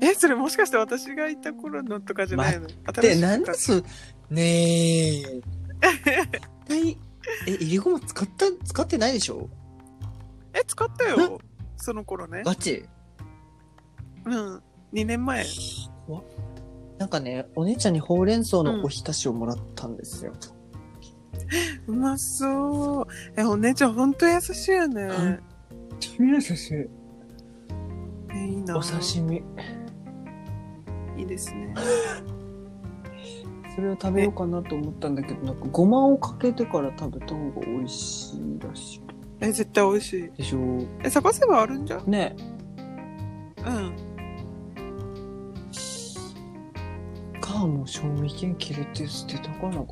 Speaker 2: えそれもしかして私がいた頃のとかじゃないの
Speaker 1: で
Speaker 2: い
Speaker 1: なんですねえ絶対えいりごま使った使ってないでしょ
Speaker 2: え使ったよその頃ね
Speaker 1: ガチ
Speaker 2: うん2年前
Speaker 1: なんかねお姉ちゃんにほうれん草のおひたしをもらったんですよ、
Speaker 2: うまそうえお姉ちゃんほんと優しいよね
Speaker 1: うん、しい
Speaker 2: えいいな
Speaker 1: お刺身
Speaker 2: いいですね
Speaker 1: それを食べようかなと思ったんだけどなんかごまをかけてから食べた方が美味しいらし
Speaker 2: え絶対美味しい
Speaker 1: いでしょ
Speaker 2: え探せばあるんじゃん
Speaker 1: ね
Speaker 2: うん
Speaker 1: かもう賞味期限切れて捨てたか なかな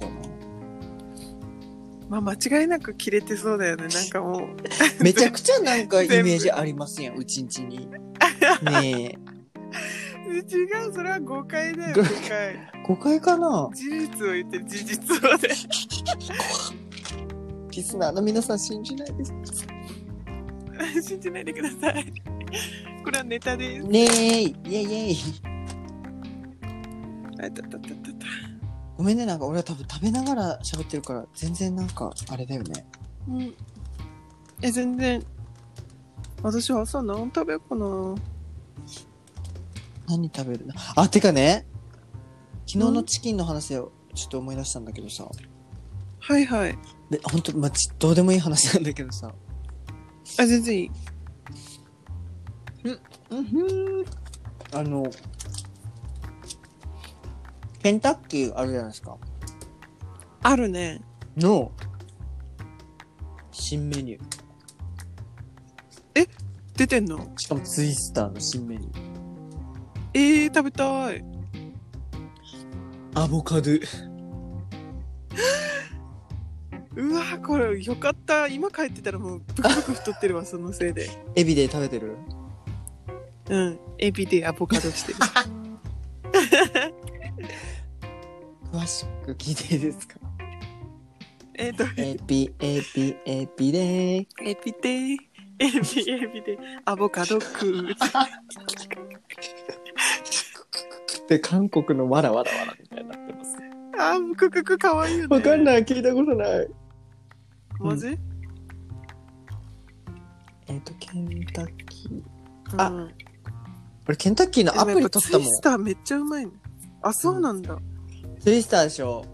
Speaker 2: まあ間違いなく切れてそうだよねなんかもう
Speaker 1: めちゃくちゃなんかイメ
Speaker 2: 全部
Speaker 1: ージありますやんうちんちにね
Speaker 2: 違うそれは誤解だよ誤解
Speaker 1: え誤解かな
Speaker 2: 事実を言ってる事実をね
Speaker 1: リスナーの皆さん信じないです
Speaker 2: 信じないでくださいこれはネタです
Speaker 1: ねえイエイイエイ
Speaker 2: あたたたたた
Speaker 1: ごめんねなんか俺は多分食べながら喋ってるから全然なんかあれだよね
Speaker 2: うんえ全然私は朝何食べようかな
Speaker 1: 何食べるのあてかね昨日のチキンの話をちょっと思い出したんだけどさ、
Speaker 2: はいはい
Speaker 1: で本当まあ、ちどうでもいい話なんだけどさ
Speaker 2: あ全然いい
Speaker 1: あのケンタッキーあるじゃないですか
Speaker 2: あるね
Speaker 1: の新メニュー
Speaker 2: 出てんの
Speaker 1: しかもツイスターの新メニュー
Speaker 2: えー、食べたい
Speaker 1: アボカド
Speaker 2: うわーこれよかった今帰ってたらもうブクブク太ってるわそのせいで
Speaker 1: エビで食べてる
Speaker 2: うんエビでアボカドしてる
Speaker 1: 詳しく聞いていいですか
Speaker 2: えっと
Speaker 1: エビエビエビでー
Speaker 2: エビでエビエビでアボカド食う
Speaker 1: で韓国のわらわらわらみたいになってます
Speaker 2: あークククかわいいよね
Speaker 1: わかんない聞いたことない
Speaker 2: マジ、
Speaker 1: えっ、とケンタッキー
Speaker 2: あ
Speaker 1: あ俺ケンタッキーのアプリ取ったもん
Speaker 2: ツイスターめっちゃうまいねあそうなんだ、
Speaker 1: ツイスターでしょ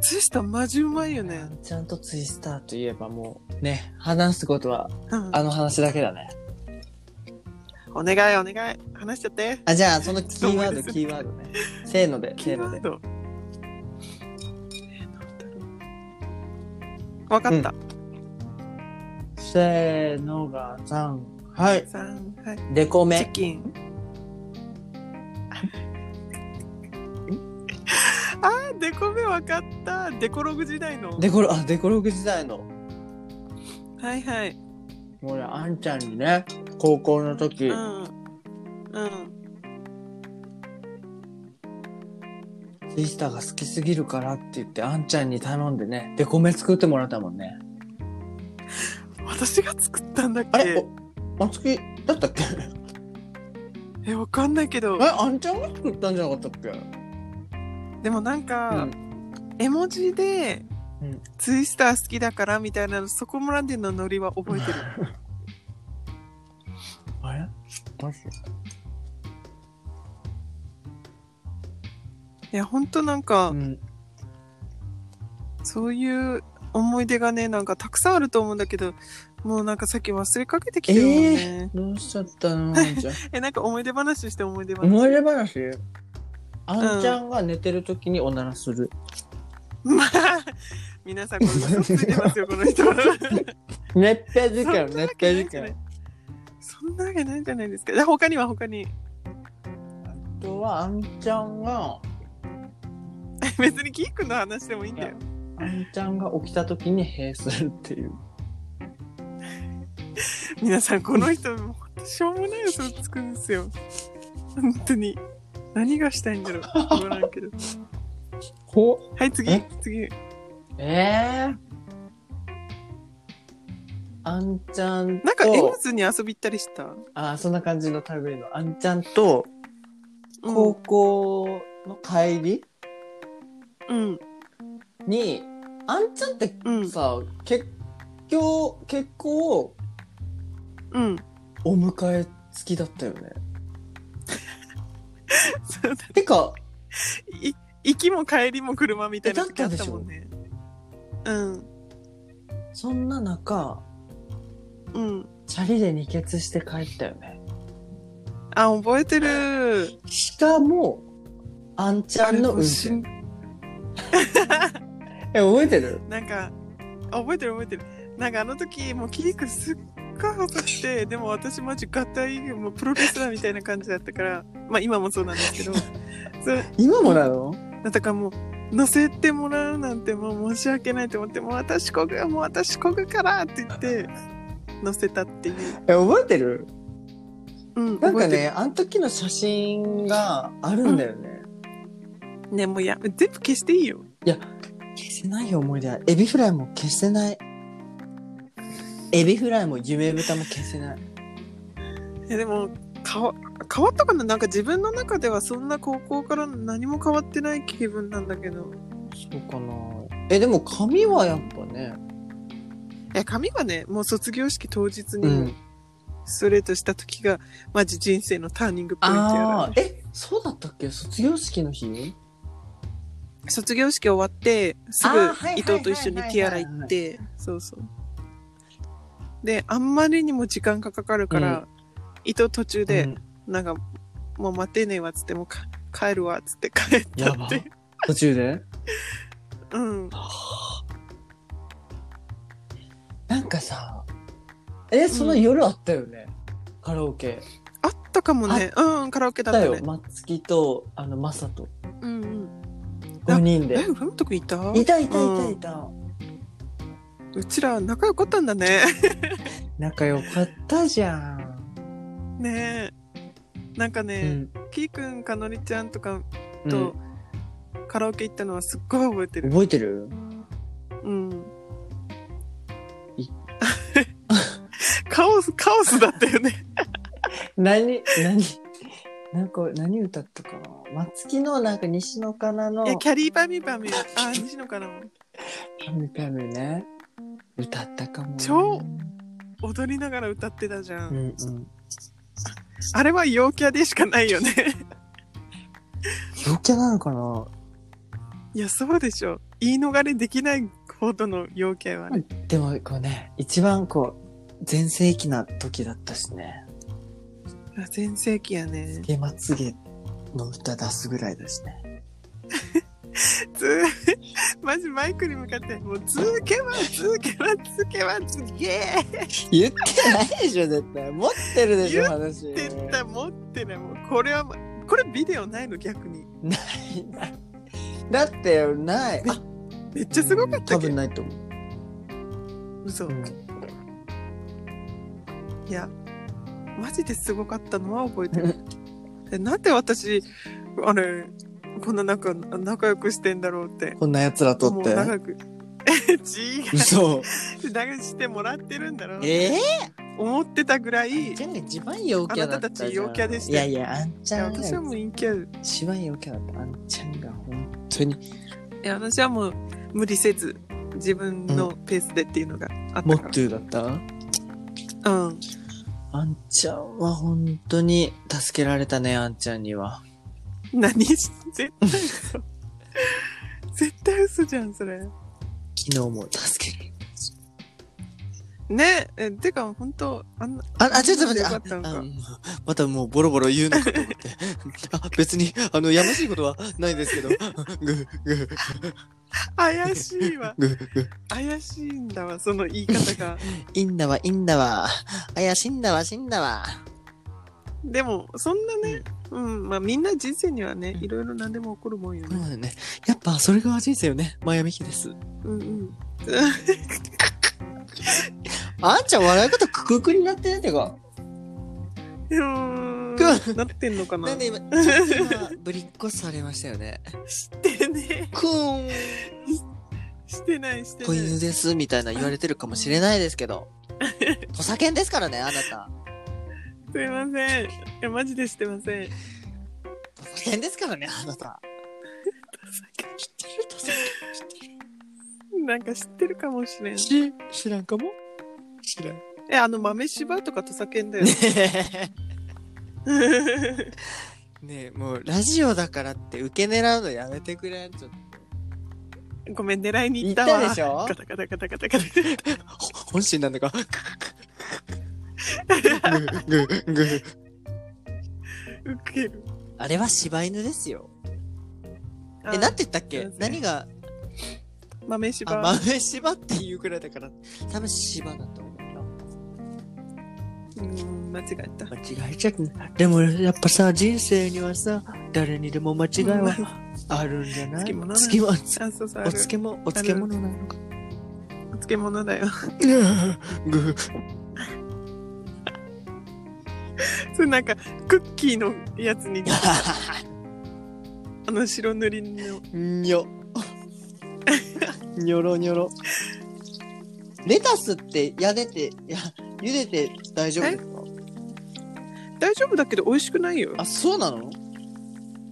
Speaker 2: ツイスターマジうまいよね、
Speaker 1: ちゃんとツイスターといえばもうね話すことは
Speaker 2: うん、
Speaker 1: あの話だけだね
Speaker 2: お願いお願い話しちゃって
Speaker 1: あじゃあそのキーワー
Speaker 2: どうもで
Speaker 1: ド
Speaker 2: す
Speaker 1: キーワードねせーのでせーので
Speaker 2: ドわかった、
Speaker 1: せーのが3はい
Speaker 2: さんはい
Speaker 1: デコ
Speaker 2: チ
Speaker 1: メ
Speaker 2: キ ンあーデコメわかったデコログ時代の
Speaker 1: デコロあデコログ時代の
Speaker 2: はいはい
Speaker 1: 俺あんちゃんにね高校の時、
Speaker 2: うんうん
Speaker 1: リスタが好きすぎるからって言って、あんちゃんに頼んでね、でこめ作ってもらったもんね。
Speaker 2: 私が作ったんだっ
Speaker 1: あれ
Speaker 2: け
Speaker 1: お、あつきだったっけ
Speaker 2: えわかんないけど
Speaker 1: え、あんちゃんが作ったんじゃなかったっけ
Speaker 2: でもなんか、
Speaker 1: う
Speaker 2: 絵文字で、
Speaker 1: うん
Speaker 2: ツイスター好きだからみたいなのそこまでのノリは覚えてる
Speaker 1: あれマジ
Speaker 2: いやほんとなんか、
Speaker 1: うん。
Speaker 2: そういう思い出がねなんかたくさんあると思うんだけどもうなんかさっき忘れかけてきてるもんね
Speaker 1: どうしちゃった のあんちゃん。
Speaker 2: えなんか思い出話して思い出話
Speaker 1: 思い出話あんちゃんが寝てる時におならする。
Speaker 2: まあ 皆さんこれ嘘ついてますよこの人
Speaker 1: 熱帯時間、熱帯
Speaker 2: そんなわけない
Speaker 1: 時
Speaker 2: じゃ
Speaker 1: 間
Speaker 2: ない。そんなわけないじゃないですかじゃあ他には他に
Speaker 1: あとは、あんちゃんが、
Speaker 2: 別にキー君の話でもいいんだよ
Speaker 1: あんちゃんが起きた時に閉するっていう。
Speaker 2: 皆さんこの人もうほんとしょうもない嘘をつくんですよ本当に何がしたいんだろう分からん けど
Speaker 1: ほ
Speaker 2: はい次
Speaker 1: え
Speaker 2: 次
Speaker 1: えー、あんちゃんと、
Speaker 2: なんかエムズに遊び行ったりした、
Speaker 1: あそんな感じの類の、あんちゃんと、
Speaker 2: う
Speaker 1: 高
Speaker 2: ん
Speaker 1: 校の帰り
Speaker 2: うん
Speaker 1: に、あんちゃんって
Speaker 2: うん
Speaker 1: さ、結局、結構、
Speaker 2: うん
Speaker 1: お迎え付きだったよね。
Speaker 2: そうだ
Speaker 1: てか、
Speaker 2: い行きも帰りも車みたいな時あったもんねうん
Speaker 1: そんな中、
Speaker 2: うん
Speaker 1: チャリで二血して帰ったよね。
Speaker 2: あ覚えてる
Speaker 1: しかも、あんちゃんの運
Speaker 2: れもし
Speaker 1: 転。
Speaker 2: ん
Speaker 1: え、覚えてる
Speaker 2: なんかあ覚えてる覚えてるなんかあの時もうキークすっごい細くてでも私マジガタイもうプロレスラーみたいな感じだったからまあ今もそうなんですけどそう
Speaker 1: 今もなの
Speaker 2: だからもう乗せてもらうなんてもう申し訳ないと思ってもう私こぐもう私こぐからって言って乗せたっていう、
Speaker 1: え、覚えてる
Speaker 2: うん、
Speaker 1: なんか
Speaker 2: 覚え
Speaker 1: ね、あの時の写真があるんだよね。
Speaker 2: てるねもうや全部消していいよ
Speaker 1: 消せないよ、思い出は。エビフライも消せない。エビフライも夢豚も消せない。
Speaker 2: えでも変わ変わったかななんか自分の中ではそんな高校から何も変わってない気分なんだけど
Speaker 1: そうかな。え、でも髪はやっぱね。
Speaker 2: いや髪はねもう卒業式当日
Speaker 1: う
Speaker 2: に
Speaker 1: ん。
Speaker 2: ストレートした時が、マジ人生のターニングポイントや
Speaker 1: あ
Speaker 2: ら
Speaker 1: あ、え、そうだったっけ卒業式の日
Speaker 2: 卒業式終わってす
Speaker 1: あー
Speaker 2: ぐ
Speaker 1: はい
Speaker 2: 伊藤と一緒に
Speaker 1: はいはいはいはい
Speaker 2: ティアラ行ってそうそうであんまりにも時間がかかるから、伊藤途中で、
Speaker 1: うん
Speaker 2: なんかもう待てねえわっつってもうか帰るわっつって帰った
Speaker 1: やば
Speaker 2: って
Speaker 1: 途中で
Speaker 2: うん
Speaker 1: なんかさ、え、その夜あったよね、カラオケ。
Speaker 2: あったかもねうんカラオケ
Speaker 1: あ
Speaker 2: だ
Speaker 1: っ
Speaker 2: った
Speaker 1: た
Speaker 2: ね
Speaker 1: よ、松木と、あの、マサと、
Speaker 2: うんうん
Speaker 1: 5人
Speaker 2: え
Speaker 1: で。
Speaker 2: ふむとくんいた
Speaker 1: いたいたいたいた。
Speaker 2: うちら仲良かったんだね
Speaker 1: 仲良かったじゃん。
Speaker 2: ねえなんか
Speaker 1: う
Speaker 2: ね、
Speaker 1: ん。
Speaker 2: キーくんかのりちゃんとか
Speaker 1: うん
Speaker 2: とカラオケ行ったのはすっごい覚えてる。
Speaker 1: 覚えてる
Speaker 2: うん
Speaker 1: い。
Speaker 2: カオス、カオスだった よね。
Speaker 1: 何何なんか、何歌ったかな松木の、なんか、西野かなの
Speaker 2: いや、、キャリーバミバミ。あ、西野かなも。
Speaker 1: パムパムね、歌ったかも。
Speaker 2: 超踊りながら歌ってたじゃん。
Speaker 1: うんうん。
Speaker 2: あれは陽キャでしかないよね。
Speaker 1: 陽キャなのかない
Speaker 2: や、そうでしょ。言い逃れできないほどの陽キャはね。
Speaker 1: でも、こうね、一番こう、全盛期な時だったしね。
Speaker 2: あ全盛期やね。
Speaker 1: でまつげの歌出すぐらいだしね。
Speaker 2: つ マジマイクに向かって、もう、続けは、続けは、続けは、すげえ
Speaker 1: 言ってないでしょ、絶対。持ってるでしょ、話。
Speaker 2: ってった持ってないもうこれはもうこれビデオないの逆に
Speaker 1: だって、ない。あ、
Speaker 2: めっちゃすごかった
Speaker 1: 多
Speaker 2: っけ
Speaker 1: 分ないと思う。
Speaker 2: 嘘、
Speaker 1: うん
Speaker 2: いやマジですごかったのは覚えてるえなんで私あれこんな仲仲良くしてんだろうって。
Speaker 1: こんな奴らと
Speaker 2: も
Speaker 1: っ
Speaker 2: う
Speaker 1: て。
Speaker 2: 長く。 違
Speaker 1: 嘘。
Speaker 2: う。長くしてもらってるんだろう。
Speaker 1: ええ
Speaker 2: 思ってたぐらい。い
Speaker 1: じゃあ一番陽キャだったじゃん。
Speaker 2: あなたたち陽キャでした
Speaker 1: いやいや、あんち
Speaker 2: や
Speaker 1: ゃん
Speaker 2: 私は
Speaker 1: が
Speaker 2: もう陰キャ。
Speaker 1: 一番陽キャだった。あんちゃんが本当に
Speaker 2: いや私はもう無理せず自分のペースでっていうのがあっ
Speaker 1: モ
Speaker 2: た
Speaker 1: ッ
Speaker 2: か
Speaker 1: トゥだった
Speaker 2: ら。うん。
Speaker 1: あんちゃんは本当に助けられたね、あんちゃんには。
Speaker 2: 何し絶対嘘。絶対嘘じゃんそれ。
Speaker 1: 昨日も助けられ
Speaker 2: ねえてか本当あんな
Speaker 1: た。あ、あ、ちょっと待って、
Speaker 2: よ
Speaker 1: あ
Speaker 2: かったのか
Speaker 1: あうんまたもうボロボロ言うのかと思って。 あ、別に、あの、やましいことはないですけど、 ぐ、ぐ、
Speaker 2: 怪しい わ。
Speaker 1: ぐ、ぐ。
Speaker 2: 怪しいんだわその言い方が。
Speaker 1: いいんだわ、いいんだわ。あや、死んだわ、死んだわ。
Speaker 2: でもそんなね、うんまあみんな人生にはねいろいろ何でも起こるもんよ
Speaker 1: そう
Speaker 2: ね。
Speaker 1: だよね。やっぱ、それが人生よね。マヤミキです。
Speaker 2: うんうん。
Speaker 1: あんちゃん笑い方クククになってるってか。
Speaker 2: うーんなってんのかな。
Speaker 1: なんで 今、ちょっと今、ぶりっこされましたよね。
Speaker 2: してね
Speaker 1: クーン、
Speaker 2: してないして
Speaker 1: 子
Speaker 2: ない。
Speaker 1: 犬です、みたいな言われてるかもしれないですけ ど。土佐犬ですからね、あなた。
Speaker 2: すいません。いやマジでしてません。
Speaker 1: 土佐犬ですからね、あなた。知ってる土佐犬知ってる
Speaker 2: なんか知ってるかもしれん。
Speaker 1: 知知らんかも知らん。
Speaker 2: え、あの豆柴とか土佐犬だよ。
Speaker 1: ねえ、ねえもうラジオだからって受け狙うのやめてくれ。ちょっと。
Speaker 2: ごめん、狙いに行ったわ。
Speaker 1: 行ったでしょ
Speaker 2: ガタガタガタガタガタ。
Speaker 1: ほ本心なんだか。 ぐ、ぐ、ぐ。
Speaker 2: ウケる。
Speaker 1: あれは柴犬ですよ。
Speaker 2: あ
Speaker 1: え、なんて言ったっ
Speaker 2: すい
Speaker 1: け
Speaker 2: ません
Speaker 1: 何が、
Speaker 2: 豆
Speaker 1: あ、
Speaker 2: 柴。
Speaker 1: 豆柴っていうくらいだから、多分柴だと思うよ。
Speaker 2: うん、間違えた。
Speaker 1: 間違えちゃったね。でもやっぱさ、人生にはさ、誰にでも間違いはあるんじゃない
Speaker 2: つきものなの
Speaker 1: つきものつ
Speaker 2: あ、そうそう。あ
Speaker 1: お
Speaker 2: る
Speaker 1: 漬物、お漬 物なのか。
Speaker 2: お漬物だよ。
Speaker 1: ぐ、
Speaker 2: それなんか、クッキーのやつに、あの白塗りの。
Speaker 1: にょ。にょろにょろ。レタスって、やでて、や、茹でて大丈夫ですか
Speaker 2: 大丈夫だけど美味しくないよ。
Speaker 1: あ、そうなの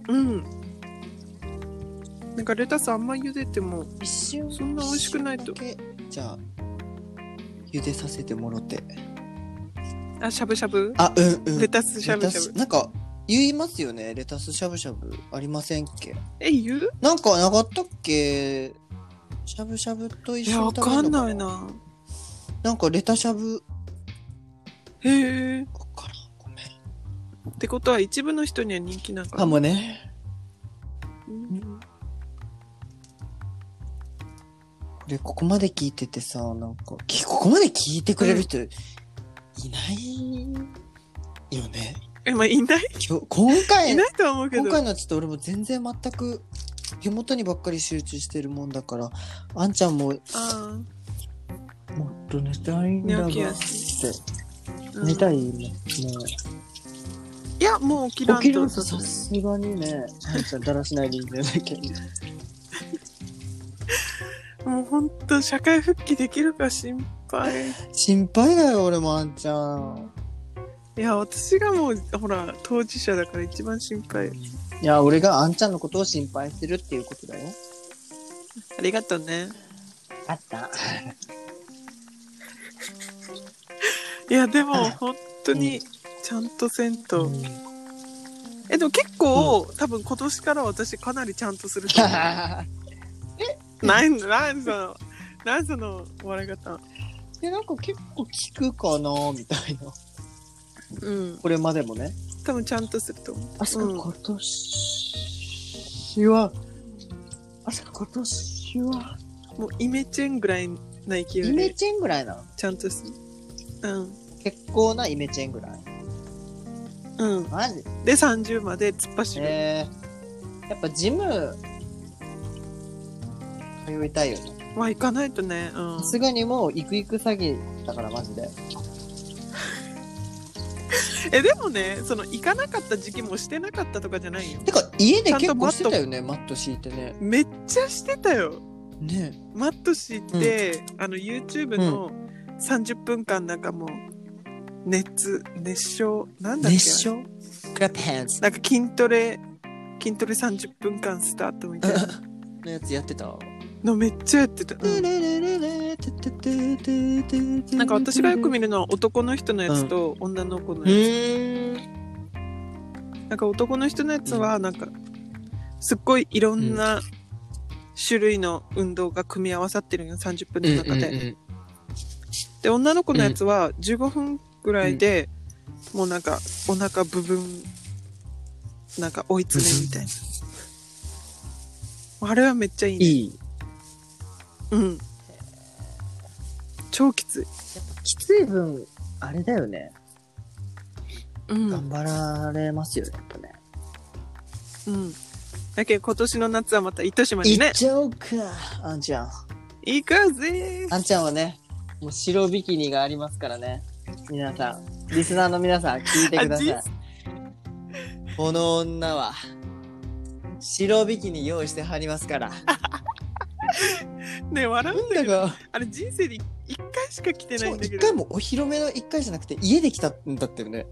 Speaker 2: うん。なんかレタスあんま茹でても、
Speaker 1: 一瞬
Speaker 2: そんな美味しくないと
Speaker 1: 一瞬だけじゃあ、茹でさせてもろて。
Speaker 2: あ、しゃぶしゃぶ
Speaker 1: あ、うんうん。
Speaker 2: レタスしゃぶ
Speaker 1: レ
Speaker 2: しゃ
Speaker 1: タス
Speaker 2: ぶ。
Speaker 1: なんか、言いますよね。レタスしゃぶしゃぶありませんっけ
Speaker 2: え、言う
Speaker 1: なんかなかったっけしゃぶしゃぶと
Speaker 2: い
Speaker 1: 一
Speaker 2: や、
Speaker 1: 緒
Speaker 2: わ
Speaker 1: に食べ
Speaker 2: か
Speaker 1: る
Speaker 2: ん
Speaker 1: の
Speaker 2: ない。な。
Speaker 1: なんかレタしゃぶ、
Speaker 2: へえ。
Speaker 1: わからん。ごめん。
Speaker 2: ってことは一部の人には人気なんかな
Speaker 1: かもね。
Speaker 2: うん
Speaker 1: これここまで聞いててさなんかきここまで聞いてくれる人いないよね
Speaker 2: えまあいない
Speaker 1: 今日今回
Speaker 2: いないとは思うけど
Speaker 1: 今回のはちょっと俺も全然全く手元にばっかり集中してるもんだからあんちゃんもも
Speaker 2: あ
Speaker 1: っと寝たいんだがっ
Speaker 2: 寝起き
Speaker 1: て
Speaker 2: やすー、うん
Speaker 1: 寝たいもんも
Speaker 2: いやもう起き
Speaker 1: う
Speaker 2: ら
Speaker 1: 起
Speaker 2: ん
Speaker 1: きる
Speaker 2: と
Speaker 1: とさすがにねあんちゃんだらしないでいいんだよね
Speaker 2: もうほんと社会復帰できるか心配
Speaker 1: 心配だよ俺もあんちゃん
Speaker 2: いや私がもうほら当事者だから一番心配
Speaker 1: いや俺があんちゃんのことを心配してるっていうことだよ
Speaker 2: ありがとうね
Speaker 1: あった
Speaker 2: いやで
Speaker 1: あ
Speaker 2: も
Speaker 1: ら
Speaker 2: 本当にちゃんとせん と、
Speaker 1: うん
Speaker 2: えでも結構、多分今年から私かなりちゃんとすると思うなんなんそのなんその笑い方
Speaker 1: でなんか結構聞くかなみたいな
Speaker 2: うん
Speaker 1: これまでもね
Speaker 2: 多分ちゃんとすると思う
Speaker 1: あそ
Speaker 2: うん
Speaker 1: こ今年は、あそこ今年は
Speaker 2: もうイメチェンぐらいな勢
Speaker 1: イ
Speaker 2: い
Speaker 1: メ
Speaker 2: で
Speaker 1: チェンぐらいなの
Speaker 2: ちゃんとすうん
Speaker 1: 結構なイメチェンぐらい
Speaker 2: うん
Speaker 1: マジ
Speaker 2: で30まで突っ走る、
Speaker 1: えー、やっぱジム通いたいよね
Speaker 2: まあ行かないとねうん
Speaker 1: さすがにもう行く行く詐欺だからマジで
Speaker 2: えでもねその行かなかった時期もしてなかったとかじゃないよ
Speaker 1: てか、家で
Speaker 2: ちゃんと
Speaker 1: 結構してたよね、マット敷いてね。
Speaker 2: めっちゃしてたよ
Speaker 1: ね
Speaker 2: マット敷いて、あの YouTube の30分間なんかもう熱熱唱なんだっけ
Speaker 1: 熱唱クラップハンズ
Speaker 2: なんか筋トレ筋トレ30分間スタートみたい な
Speaker 1: のやつやってた。
Speaker 2: のめっちゃやってた、うんな
Speaker 1: なん
Speaker 2: か私がよく見
Speaker 1: る。
Speaker 2: るのは男の人のやつと女の子の
Speaker 1: う
Speaker 2: や
Speaker 1: ーん。
Speaker 2: つ。なんか男の人のやつはなんかすっごいいろんな種類の運動が組み合わさってるよ30分の中で。で女の子のやつは15分ぐらいでもうなんかお腹部分なんか追い詰めみたいな。あれはめっちゃいいね。
Speaker 1: いい。
Speaker 2: うん。超きつい。
Speaker 1: きつい分、あれだよね。
Speaker 2: うん。
Speaker 1: 頑張られますよね、やっぱね。
Speaker 2: うん。だけど今年の夏はまた糸島に
Speaker 1: 行
Speaker 2: ね
Speaker 1: っ。ちゃおうか、あんち ゃん。
Speaker 2: 行くぜ
Speaker 1: あんちゃんはね、もう白ビキニがありますからね。皆さん、リスナーの皆さん、聞いてください
Speaker 2: あ。
Speaker 1: この女は、白ビキニ用意してはりますから。
Speaker 2: ねえ笑うん
Speaker 1: な
Speaker 2: だけ
Speaker 1: ん
Speaker 2: ど
Speaker 1: か、
Speaker 2: あれ人生で一一回しか来てな
Speaker 1: そ
Speaker 2: い
Speaker 1: うん
Speaker 2: だけ
Speaker 1: 一
Speaker 2: ど
Speaker 1: 回もお披露目の一回じゃなくて、家で来たんだったよ ね。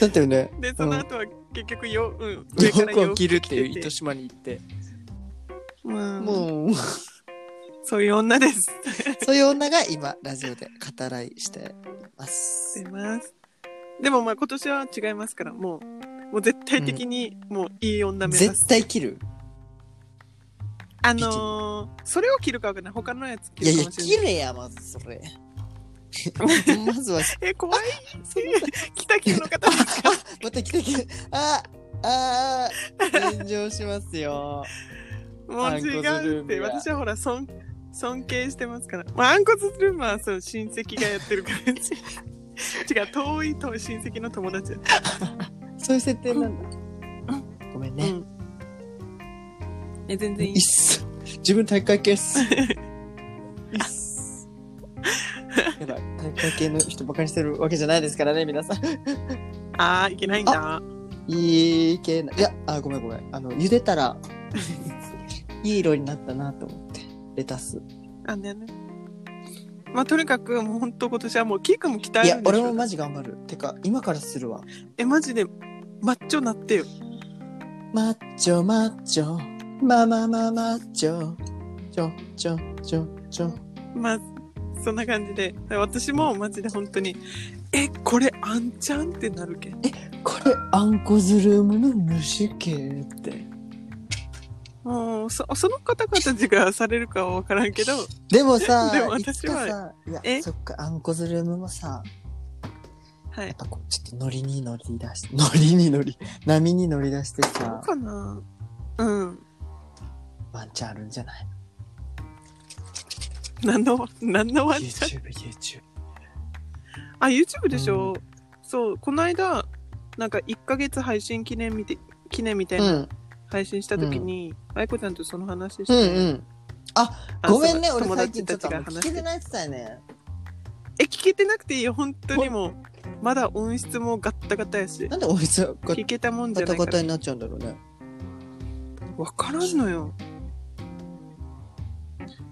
Speaker 1: だったよね。
Speaker 2: でその後は結局よ、うん、上から
Speaker 1: 僕
Speaker 2: 洋
Speaker 1: を
Speaker 2: 服
Speaker 1: 着るっていう
Speaker 2: 着てて
Speaker 1: 糸島に行って。
Speaker 2: うん
Speaker 1: もう、
Speaker 2: そういう女です
Speaker 1: そういう女が今、ラジオで語らいしてます。
Speaker 2: 出ますでもまあ今年は違いますからもうもう絶対的にもういい女目指す、
Speaker 1: 絶対切る
Speaker 2: あのー、それを着るかわかんない他のやつ着
Speaker 1: いやい
Speaker 2: る
Speaker 1: や
Speaker 2: かもしれ
Speaker 1: 切
Speaker 2: ない
Speaker 1: れやまずそれ まずは
Speaker 2: え怖い
Speaker 1: その
Speaker 2: 着た着るの方見 つかる
Speaker 1: また来て来てああー炎上しますよ
Speaker 2: もう
Speaker 1: アン
Speaker 2: 違うって
Speaker 1: コズルームが
Speaker 2: 私はほら尊尊敬してますから、まあ、アンコズルームはそう親戚がやっ てるから違う遠いと親戚の友達
Speaker 1: そういう設定なんだ、ごめんね、
Speaker 2: うんえ全然い
Speaker 1: い
Speaker 2: い
Speaker 1: っす自分体育会系っ すいっすやだ体育会系の人ばかりしてるわけじゃないですからね皆さん
Speaker 2: ああいけないんだ
Speaker 1: いけないいやあごめんごめんあの茹でた らいい色になったなと思ってレタス
Speaker 2: あんだよねまあとにかくもう本当今年はもうキー君も鍛
Speaker 1: い
Speaker 2: え
Speaker 1: や
Speaker 2: るんでし
Speaker 1: 俺
Speaker 2: ょ
Speaker 1: もマジ頑張るてか今からするわ
Speaker 2: えマジでマッチョなってよ
Speaker 1: マッチョマッチョママママッチョちょちょちょちょ
Speaker 2: まあそんな感じで私もマジで本当にえこれあんちゃんってなるけん
Speaker 1: これあんこズルームの主系って
Speaker 2: もうそその方々たちがされるかは分からんけど
Speaker 1: でもさ
Speaker 2: でも
Speaker 1: いつ
Speaker 2: 私
Speaker 1: か
Speaker 2: は
Speaker 1: さいや
Speaker 2: え
Speaker 1: そっかあんこズルームもさ
Speaker 2: は
Speaker 1: や
Speaker 2: い
Speaker 1: っぱこうちょっとノリに乗り出してノリに乗り波に乗り出して
Speaker 2: どう
Speaker 1: さ
Speaker 2: かなうん
Speaker 1: ワンチャンあるんじゃない
Speaker 2: 何の何のワンちゃん
Speaker 1: YouTubeYouTube
Speaker 2: あ、YouTube でしょ、
Speaker 1: う
Speaker 2: そう、この間、なんか1ヶ月配信記念みて記念みたいうなん配信したときに、愛子ちゃんとその話して、
Speaker 1: うんうん
Speaker 2: あ
Speaker 1: ごめんね
Speaker 2: そう
Speaker 1: 俺
Speaker 2: 友
Speaker 1: 最近
Speaker 2: 達
Speaker 1: ちょ
Speaker 2: た
Speaker 1: っ
Speaker 2: ち
Speaker 1: とあの聞け
Speaker 2: が話してて。
Speaker 1: ないって言ってたよね
Speaker 2: え、聞けてなくていいよ、本当にもう。まだ音質もガッタガタやし、
Speaker 1: なんでおいつが
Speaker 2: 聞けたもんじ
Speaker 1: ガ
Speaker 2: ゃな
Speaker 1: タ
Speaker 2: いか
Speaker 1: ガ
Speaker 2: ら
Speaker 1: タ。になっちゃうんだろうね
Speaker 2: わからんのよ。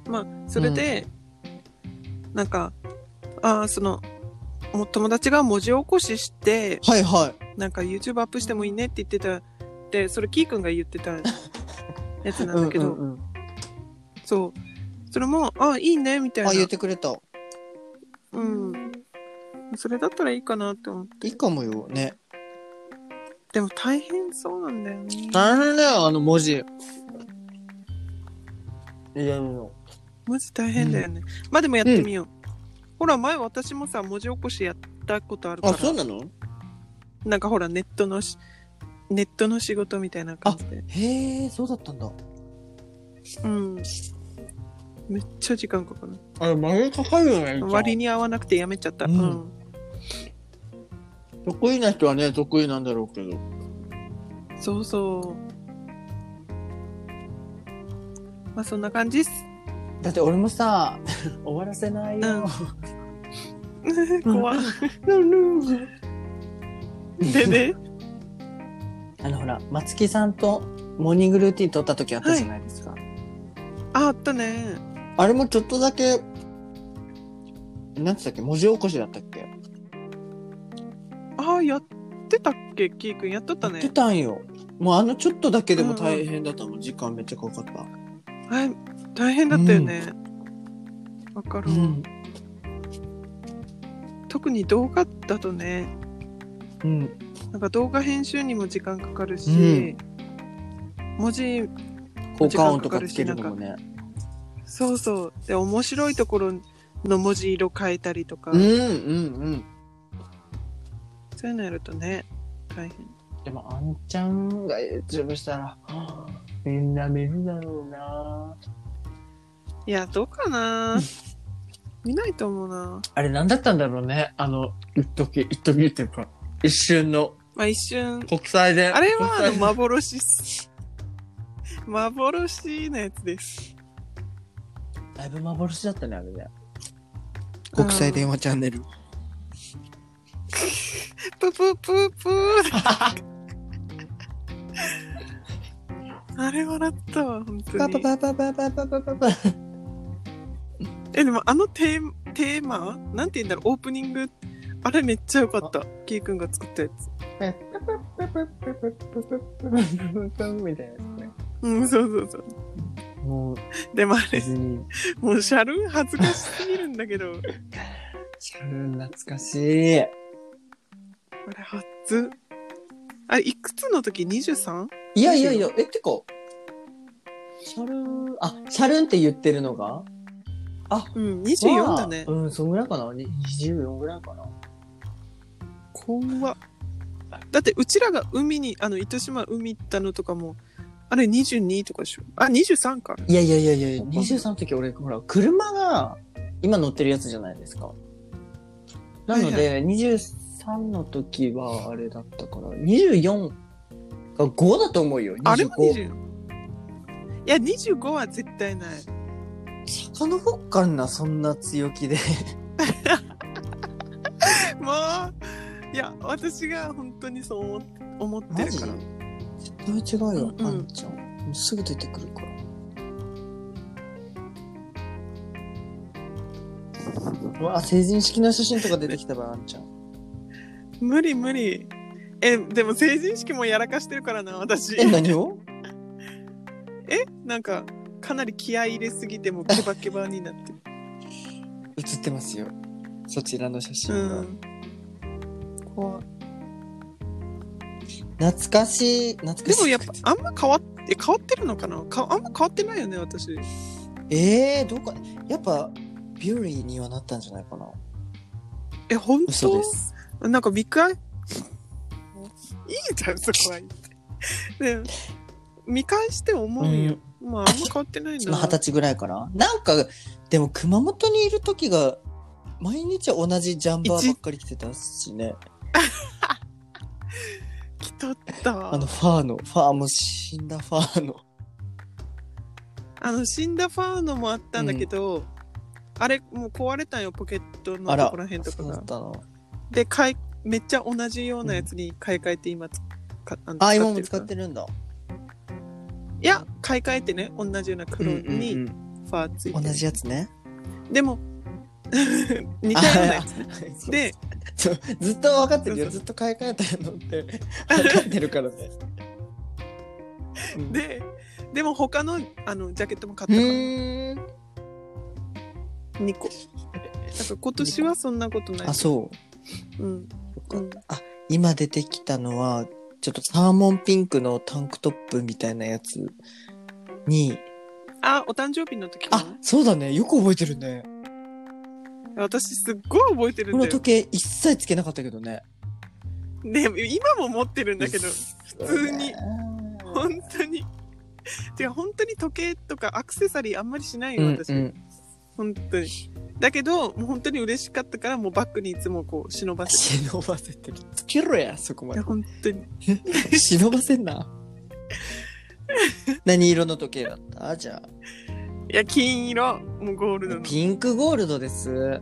Speaker 2: まあ、それで、なんか、ああ、その、お友達が文字起こしして、
Speaker 1: はいはい
Speaker 2: なんか YouTube アップしてもいいねって言ってたでそれキーくんが言ってたやつなんだけど、
Speaker 1: うんうんうん
Speaker 2: そうそれもあいいねみたいな
Speaker 1: あ言ってくれた
Speaker 2: うんそれだったらいいかなって思って
Speaker 1: いいかもよね
Speaker 2: でも大変そうなんだよね
Speaker 1: 大変だよあの文字いやも
Speaker 2: マジ大変だよね、まあでもやってみよう、ほら前私もさ文字起こしやったことあるか
Speaker 1: あ
Speaker 2: ら
Speaker 1: そうなの
Speaker 2: なんかほらネットのしネットの仕事みたいな感じで
Speaker 1: へえそうだったんだ
Speaker 2: うんめっちゃ時間かかる
Speaker 1: あれマジかかるよね
Speaker 2: 割に合わなくてやめちゃった、
Speaker 1: うん
Speaker 2: うん
Speaker 1: 得意な人はね得意なんだろうけど
Speaker 2: そうそう。まあそんな感じっす。
Speaker 1: だって俺もさ終わらせないよ、
Speaker 2: 怖い。でね。
Speaker 1: あのほら松木さんとモーニングルーティン撮った時あったじゃないですか、
Speaker 2: あ、あったね。
Speaker 1: あれもちょっとだけなんつったっけ文字起こしだったっけ
Speaker 2: あ、やってたっけキーくん。やっとった
Speaker 1: 言って
Speaker 2: ね。
Speaker 1: たんよもうあのちょっとだけでも大変だったもん、時間めっちゃかかった
Speaker 2: あれ大変だったよね。わ、かるわ、特に動画だとね、
Speaker 1: うん
Speaker 2: なんか動画編集にも時間かかるし、
Speaker 1: うん
Speaker 2: 文字
Speaker 1: 効果音とかつけるのもね
Speaker 2: そうそうで面白いところの文字色変えたりとか、
Speaker 1: うんうんうん
Speaker 2: そういうのやるとね大変
Speaker 1: でもあんちゃんが YouTube したらはあみんな見るだろうない
Speaker 2: やどうかな見ないと思うな
Speaker 1: あれ何だったんだろうねあの一時一時っていうか一瞬の
Speaker 2: まあ一瞬
Speaker 1: 国際で
Speaker 2: あれはあ
Speaker 1: 国
Speaker 2: の
Speaker 1: 際で
Speaker 2: 幻っす幻のやつです
Speaker 1: だいぶ幻だったねあれね
Speaker 2: 国際電
Speaker 1: 話チャンネル
Speaker 2: ププププーあれ笑ったわ本当
Speaker 1: パ
Speaker 2: に
Speaker 1: パパパパパパパパパ
Speaker 2: えでもあのテーマテーマなんて言うんだろうオープニングあれめっちゃ良かったキーくんが作ったやつ
Speaker 1: みたいなやつね
Speaker 2: うんそうそうそう
Speaker 1: もう
Speaker 2: でもあれ
Speaker 1: 別に
Speaker 2: もうシャルン恥ずかしすぎるんだけどあれ
Speaker 1: シャルン懐かしい
Speaker 2: 初あれいくつの時 23?
Speaker 1: いやいやいやえてかシャルンあシャルンって言ってるのが
Speaker 2: うん24だね
Speaker 1: うんそんぐらいかなに24ぐらいかな
Speaker 2: 怖っだってうちらが海にあの糸島海行ったのとかもあれ22とかでしょあ23か
Speaker 1: いやいやいやいや23の時俺ほら車が今乗ってるやつじゃないですかなので、23の時はあれだったから24が5だと思うよ25
Speaker 2: あれも24いや25は絶対ない
Speaker 1: 遡っかんなそんな強 気で
Speaker 2: もういや私が本当にそう思っ思ってるから
Speaker 1: マ絶対違うよ、
Speaker 2: うんうん
Speaker 1: あんちゃんもうすぐ出てくるからうわ成人式の写真とか出てきたわあんちゃん
Speaker 2: 無理無理えでも成人式もやらかしてるからな私
Speaker 1: え何を
Speaker 2: えなんかかなり気合い入れすぎてもうケバケバになってる
Speaker 1: 写ってますよそちらの写真
Speaker 2: う
Speaker 1: が、
Speaker 2: ん怖い
Speaker 1: 懐かしい懐かしい
Speaker 2: でもやっぱあんま変わって変わってるのかなかあんま変わってないよね私
Speaker 1: えー、どうかやっぱビューリーにはなったんじゃないかな
Speaker 2: え本
Speaker 1: 嘘で
Speaker 2: 当
Speaker 1: す
Speaker 2: なんかビッグアイ いいじゃんそこはいいでも見返して思うよ、まああんま変わってないんだ
Speaker 1: まあ二十歳ぐらいからなんかでも熊本にいる時が毎日同じジャンバーばっかり着てたしね
Speaker 2: 来とったわ
Speaker 1: あのファーのファーもう死んだファーの
Speaker 2: あの死んだファーのもあったんだけど、あれもう壊れたんよポケットの
Speaker 1: あら
Speaker 2: とこら辺とか
Speaker 1: そうだ
Speaker 2: が
Speaker 1: ったな
Speaker 2: で買いめっちゃ同じようなやつに買い替えて今つかあの
Speaker 1: あ今も
Speaker 2: るか
Speaker 1: 使
Speaker 2: ら
Speaker 1: ってるんだ
Speaker 2: いや買い替えてね同じような黒にファーついてる、
Speaker 1: 同じやつね
Speaker 2: でも 似たようなやつね
Speaker 1: つ
Speaker 2: で
Speaker 1: ずっと分かってるよ
Speaker 2: そう
Speaker 1: ずっと買い替えたの って分かってるからねうん
Speaker 2: ででも他のあのジャケットも買
Speaker 1: う
Speaker 2: ったか
Speaker 1: ーん
Speaker 2: ら2個だから今年はそんなことない
Speaker 1: あそう
Speaker 2: うんうん
Speaker 1: 今出てきたのはちょっとサーモンピンクのタンクトップみたいなやつに
Speaker 2: あお誕生日の時か
Speaker 1: あ
Speaker 2: な
Speaker 1: そうだねよく覚えてるね
Speaker 2: 私すっごい覚えてる
Speaker 1: こ
Speaker 2: んだ
Speaker 1: の
Speaker 2: よ
Speaker 1: 時計一切つけなかったけどね
Speaker 2: ね今も持ってるんだけど
Speaker 1: 普
Speaker 2: 通に本当に。てか本当に時計とかアクセサリーあんまりしないよ、
Speaker 1: うん
Speaker 2: 私。
Speaker 1: うん
Speaker 2: 本当に。だけど、もう本当に嬉しかったから、もうバッグにいつもこう忍 ばせて。
Speaker 1: 忍ばせてるつけろやそこま
Speaker 2: いや、本当に。
Speaker 1: で忍ばせんな 何色の時計だったじゃ
Speaker 2: いや、金色、もうゴールド
Speaker 1: あ
Speaker 2: の。
Speaker 1: ピンクゴールドです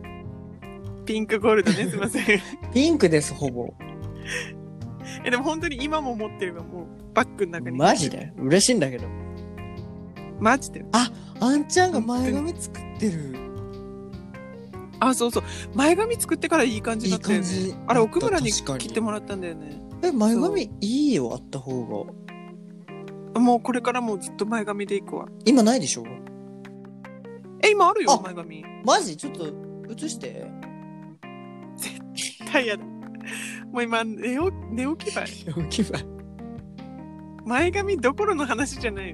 Speaker 2: ピンクゴールドね、すいません。
Speaker 1: ピンクです、ほぼ。
Speaker 2: え、でも本当に今も持ってるが、もうバッグの中に。
Speaker 1: マジで嬉しいんだけど。
Speaker 2: マジで
Speaker 1: あんちゃんが前髪作ってる。
Speaker 2: あ、そうそう。前髪作ってからいい感じ
Speaker 1: い
Speaker 2: にないったよ
Speaker 1: 感
Speaker 2: ね。
Speaker 1: じ。
Speaker 2: あれ、奥村に
Speaker 1: 確か
Speaker 2: 切ってもらったんだよね。
Speaker 1: え、前髪いいよ、あった方が。
Speaker 2: もうこれからもうずっと前髪でいくわ。
Speaker 1: 今ないでしょ
Speaker 2: え、今あるよ
Speaker 1: あ、
Speaker 2: 前髪。
Speaker 1: マジちょっと映 して。
Speaker 2: タイヤだ。もう今、寝起寝起きばい。前髪どころの話じゃない。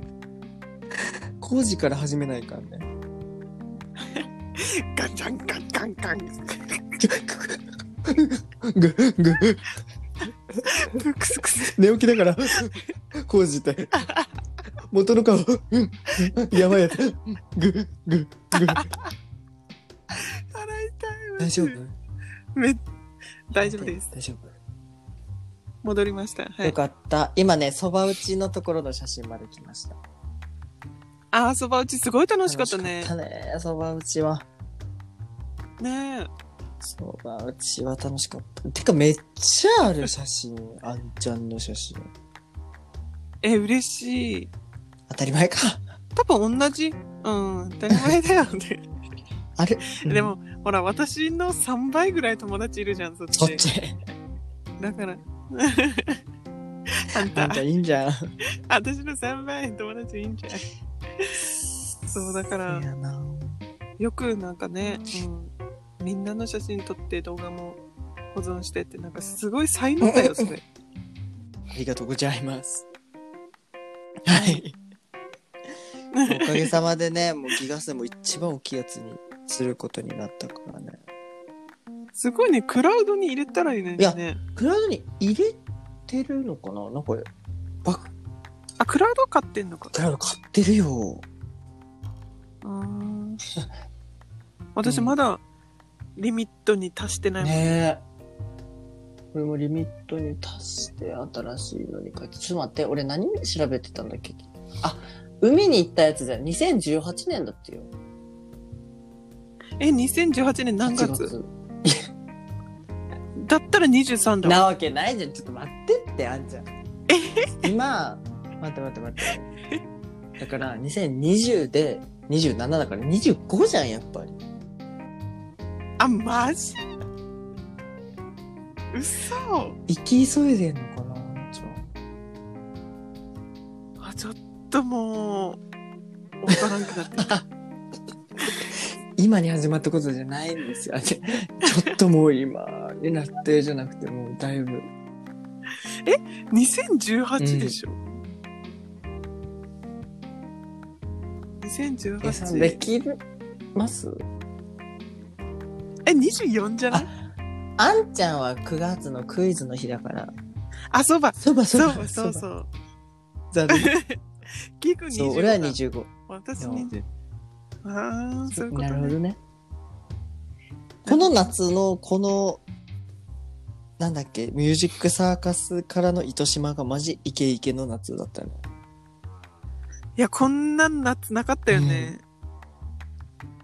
Speaker 1: 工事から始めないからね。
Speaker 2: ガンガンガンガンガン。
Speaker 1: ぐ、ぐ、
Speaker 2: クスクス。
Speaker 1: 寝起きだから、工事って。元の顔、うんやばいやつ。ぐ、ぐ、ぐ。
Speaker 2: 洗いたい。
Speaker 1: 大丈夫
Speaker 2: め大丈夫です。
Speaker 1: 大丈夫、
Speaker 2: 戻りました。は
Speaker 1: よ
Speaker 2: い。
Speaker 1: かった。今ね、そば打ちのところの写真まで来ました。
Speaker 2: あー、そば打ちすごい楽しかったね
Speaker 1: 楽し。かったね、そば打ちは。
Speaker 2: ねえ。
Speaker 1: そうだ、うちは楽しかった。てかめっちゃある写真、あんちゃんの写真。
Speaker 2: え、嬉しい。
Speaker 1: 当たり前か。
Speaker 2: 多分同じ。うん、当たり前だよ ね。
Speaker 1: あれ
Speaker 2: で、も、ほら、私の3倍ぐらい友達いるじゃん、そっち。
Speaker 1: そっち。
Speaker 2: だ から。あん
Speaker 1: あ
Speaker 2: た
Speaker 1: ん、ちゃんいいんじゃん。
Speaker 2: 私の3倍友達いいんじゃん。そうだから
Speaker 1: そうやな
Speaker 2: よくなんかね、うん、みんなの写真撮って動画も保存してって、なんかすごい才能だよ、それ。
Speaker 1: ありがとうございます。はい。おかげさまでね、もうギガスも一番大きいやつにすることになったからね。
Speaker 2: すごいね、クラウドに入れたらいいのに
Speaker 1: いや
Speaker 2: ね。
Speaker 1: クラウドに入れてるのかななんか、バッ
Speaker 2: あ、クラウド買ってんのか。
Speaker 1: クラウド買ってるよ。
Speaker 2: うーん私まだリミットに達してないもん。
Speaker 1: ねえ。これもリミットに達して新しいのに書いて。ちょっと待って、俺何調べてたんだっけあ、海に行ったやつだよ。2018年だってよ。
Speaker 2: え、2018年何月
Speaker 1: 8
Speaker 2: だったら23だわ。
Speaker 1: なわけないじゃん。ちょっと待ってって、あんちゃん。今、待って待って待って。だから、2020で27だから25じゃん、やっぱり。
Speaker 2: あ、マジ嘘
Speaker 1: 行き急いでんのかな、あんちゃん。
Speaker 2: あ、ちょっともう、わからんくなってきた。
Speaker 1: 今に始まったことじゃないんですよ。あちょっともう今になってじゃなくて、もうだいぶ。
Speaker 2: 2018でしょ。
Speaker 1: 計算で
Speaker 2: 2018
Speaker 1: きます
Speaker 2: え24じゃない
Speaker 1: あんちゃんは9月のクイズの日だから。
Speaker 2: あそうば
Speaker 1: そばそ
Speaker 2: そう
Speaker 1: ば
Speaker 2: ばそうそう
Speaker 1: そう だね
Speaker 2: ギグ
Speaker 1: そう、
Speaker 2: 25
Speaker 1: 俺は
Speaker 2: だ
Speaker 1: 25。
Speaker 2: 私20ああそういうこと
Speaker 1: なるほ
Speaker 2: ね
Speaker 1: どね。この夏のこの、なんだっけ、ミュージックサーカスからの糸島がマジイケイケの夏だったね。
Speaker 2: いや、こんな夏なかったよね。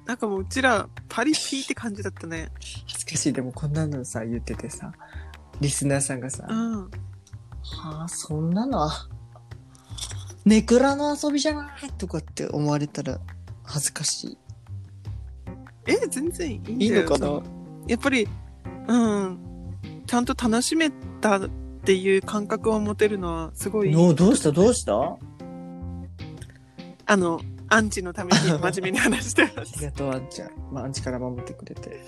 Speaker 2: なんかもううちら、パリピって感じだったね。
Speaker 1: 恥ずかしい、でもこんなのさ、言っててさ、リスナーさんがさ、
Speaker 2: うん。
Speaker 1: はあ、そんなのは、ネクラの遊びじゃないとかって思われたら恥ずかし
Speaker 2: え、全然いいんだよ
Speaker 1: い。いいのか
Speaker 2: そ
Speaker 1: な
Speaker 2: やっぱり、うん。ちゃんと楽しめたっていう感覚を持てるのは、すごい、
Speaker 1: のどうしたどうしたあ
Speaker 2: あの、アンチの ために真面目に話してま
Speaker 1: り
Speaker 2: す。
Speaker 1: がとう、あんちゃん。まあ、あんちから守ってくれて。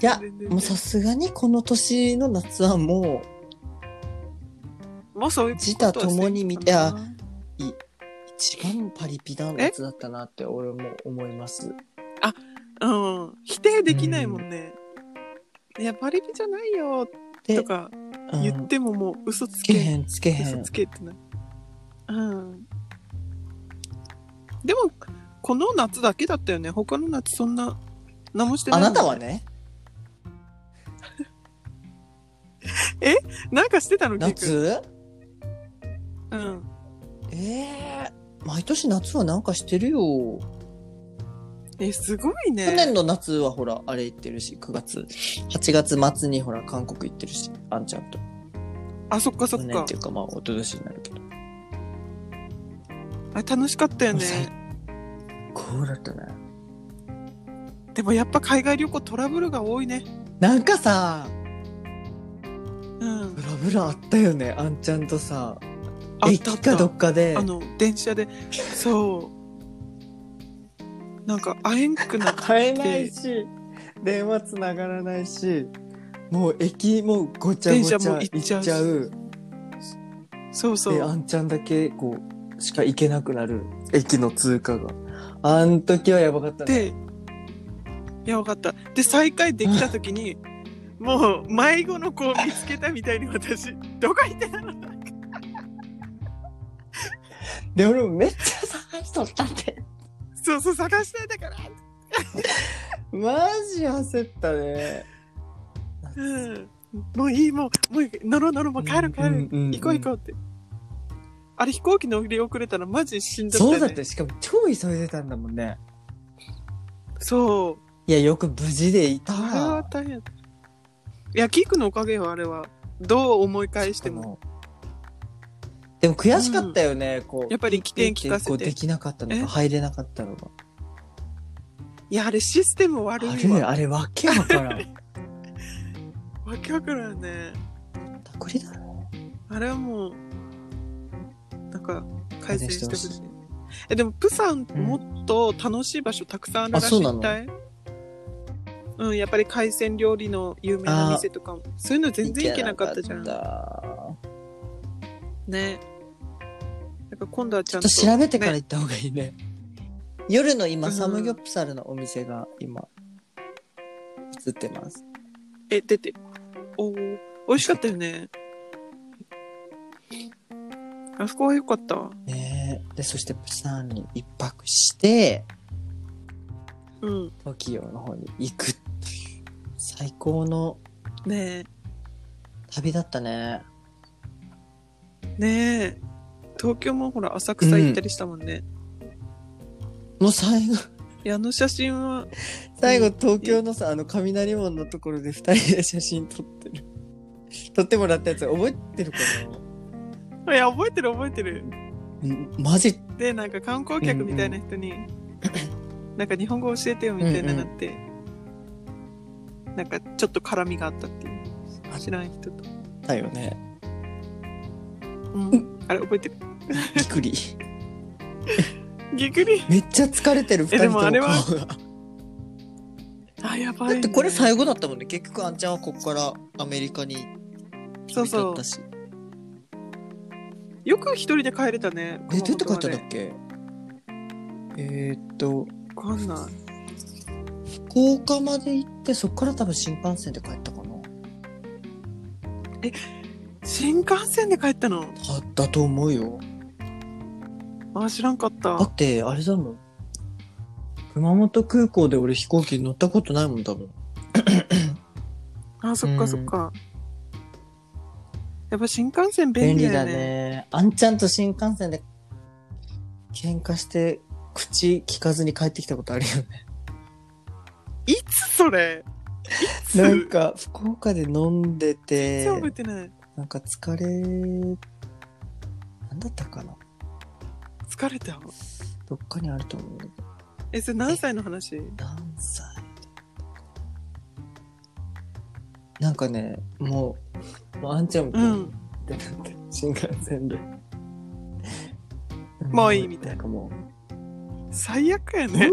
Speaker 1: いや、
Speaker 2: 全然
Speaker 1: もうさすがにこの年の夏はもう、
Speaker 2: もうそういうこと
Speaker 1: 自他共に見て
Speaker 2: はしてんのか
Speaker 1: 一番パリピなやつだったなって俺も思います。
Speaker 2: なうん。否定できないもんね。いや、パリピじゃないよ、
Speaker 1: で
Speaker 2: と、か
Speaker 1: うん
Speaker 2: 言ってももう嘘つ
Speaker 1: つ
Speaker 2: け
Speaker 1: け
Speaker 2: へん
Speaker 1: へんつけへ
Speaker 2: 嘘
Speaker 1: ん
Speaker 2: つ。けってな。うん。でも、この夏だけだったよね。他の夏そんな、何もしてな
Speaker 1: あ
Speaker 2: い。
Speaker 1: なたはね、
Speaker 2: なんかしてたの、結
Speaker 1: 夏
Speaker 2: 局うん。
Speaker 1: ええ毎年夏はなんかしてるよ。
Speaker 2: ええ、すごいね。
Speaker 1: 去年の夏はほら、あれ行ってるし、9月、8月末にほら、韓国行ってるし、あんちゃんと。
Speaker 2: あ、そっかそ
Speaker 1: 去
Speaker 2: っ
Speaker 1: 年っ
Speaker 2: か
Speaker 1: て。いうか、まあ、一昨年になるけど。
Speaker 2: あ楽しかったよね。
Speaker 1: 最高だったね。
Speaker 2: でもやっぱ海外旅行トラブルが多いね。
Speaker 1: なんかさ、
Speaker 2: うん
Speaker 1: ブ。ラブラあったよね、あんちゃんとさ。
Speaker 2: あっ
Speaker 1: 駅
Speaker 2: たあっ
Speaker 1: かど
Speaker 2: た。
Speaker 1: っかで
Speaker 2: あ。の、電車で。そう。なんか、会えんくなっ
Speaker 1: 買えないし、電話つながらないし、もう駅もごちゃごちゃ
Speaker 2: 電車も行
Speaker 1: 行
Speaker 2: っちゃ
Speaker 1: っ
Speaker 2: うし
Speaker 1: ちゃう。
Speaker 2: そうそ
Speaker 1: で、あ
Speaker 2: う。
Speaker 1: んちゃんだけ、こう、しか行けなくなる。駅の通過が。あん時はやばかったね。
Speaker 2: で、やばかった。で、再会できたときに、もう、迷子の子を見つけたみたいに私、どこ行ってたの
Speaker 1: で、俺もめっちゃ探しとったって。
Speaker 2: そうそう、探してたから。
Speaker 1: マジ焦ったね。
Speaker 2: うん。もういい、もう、もういい、乗ろう乗ろう、もう帰る帰る。
Speaker 1: うんうんうん
Speaker 2: 行こう行こうって。あれ飛行機乗り遅れたらマジ死んじゃったよ
Speaker 1: そ
Speaker 2: ね。
Speaker 1: うだって、しかも超急いでたんだもんね。
Speaker 2: そう。
Speaker 1: いや、よく無事でいた
Speaker 2: あれは
Speaker 1: わ。
Speaker 2: 大変。いや、キックのおかげよ、あれは。どう思い返しても。
Speaker 1: でも悔しかったよね、こう。
Speaker 2: やっぱり起点聞かせて
Speaker 1: こうできなかったの
Speaker 2: え
Speaker 1: か、入れなかったのか。
Speaker 2: いや、あれシステム悪
Speaker 1: あ
Speaker 2: い
Speaker 1: れ、
Speaker 2: わ。
Speaker 1: あれ、わけわからん。
Speaker 2: わけわからんね。
Speaker 1: たこりだろ。
Speaker 2: あれはもう、なんか、改善してほし
Speaker 1: 改善し
Speaker 2: い。え、でも、プサン、
Speaker 1: ん
Speaker 2: もっと楽しい場所たくさんあるら
Speaker 1: あ
Speaker 2: し
Speaker 1: そう
Speaker 2: い
Speaker 1: なの
Speaker 2: たいうん、やっぱり海鮮料理の有名な店とかも。そういうの全然行けなかったじゃん。
Speaker 1: 行けなかった
Speaker 2: ね。やっぱ今度はち
Speaker 1: ちょ
Speaker 2: ゃ
Speaker 1: っ
Speaker 2: ん
Speaker 1: と
Speaker 2: と。
Speaker 1: 調べてから
Speaker 2: ね
Speaker 1: 行った方がいいね。夜の今、
Speaker 2: うん
Speaker 1: サムギョプサルのお店が今、映ってます。
Speaker 2: え、出て。おお、美味しかったよね。あそこは良かったわ。
Speaker 1: ねえで、そしてプサンに一泊して、
Speaker 2: うん。
Speaker 1: 東京の方に行くっていう、最高の
Speaker 2: ね
Speaker 1: 旅だったね。
Speaker 2: え。ねえ。東京もほら、浅草行ったりしたもんね。
Speaker 1: もう最後、
Speaker 2: いや、あの写真は、
Speaker 1: 最後東京のさ、あの雷門のところで二人で写真撮ってる。 撮ってもらったやつ覚えてるかない
Speaker 2: や、覚えてる覚えてる。
Speaker 1: うんマジ
Speaker 2: で、なんか観光客みたいな人に、なんか日本語教えてよみたいになって、なんかちょっと絡みがあったっていう。知らん人と。
Speaker 1: だよね。
Speaker 2: うん。あれ、覚えてる。
Speaker 1: びっくり。
Speaker 2: ぎっくり。
Speaker 1: めっちゃ疲れてる二
Speaker 2: え
Speaker 1: 人
Speaker 2: で
Speaker 1: とも
Speaker 2: も
Speaker 1: 顔
Speaker 2: あれは
Speaker 1: が。
Speaker 2: あ、やば い、
Speaker 1: だ
Speaker 2: ね。
Speaker 1: ってこれ最後だったもんね。結局あんちゃんはここからアメリカに
Speaker 2: そう
Speaker 1: 行
Speaker 2: そ
Speaker 1: っ
Speaker 2: う
Speaker 1: た。し。
Speaker 2: よく一人で帰れたね。
Speaker 1: え、どうやって帰ったんだ
Speaker 2: っ
Speaker 1: っけえーっと、
Speaker 2: わかんない。
Speaker 1: 福岡まで行って、そっから多分新幹線で帰ったかな。
Speaker 2: 新幹線で帰ったの
Speaker 1: あだと思うよ。
Speaker 2: あ、知らんかっ
Speaker 1: だ
Speaker 2: た。
Speaker 1: って、あれだもん。熊本空港で俺飛行機乗ったことないもん、多分。
Speaker 2: あ、そっかそっか。やっぱ新幹線便
Speaker 1: 便
Speaker 2: 利
Speaker 1: 利
Speaker 2: だ
Speaker 1: だ
Speaker 2: よね。
Speaker 1: ね。あんちゃんと新幹線で喧嘩して、口聞かずに帰ってきたことあるよね。
Speaker 2: いつそれいつ
Speaker 1: なんか、福岡で飲んでて
Speaker 2: 全、然覚えてない。
Speaker 1: なんか疲れ、なんだったかな
Speaker 2: 疲れた。
Speaker 1: どっかにあると思うんだけど。
Speaker 2: え、それ何歳の話
Speaker 1: 何歳だったなんかね、もう、もうあんちゃんも、
Speaker 2: うん
Speaker 1: ってなって、新幹線で。
Speaker 2: もういいみたいなん
Speaker 1: かもう、
Speaker 2: 最悪やね。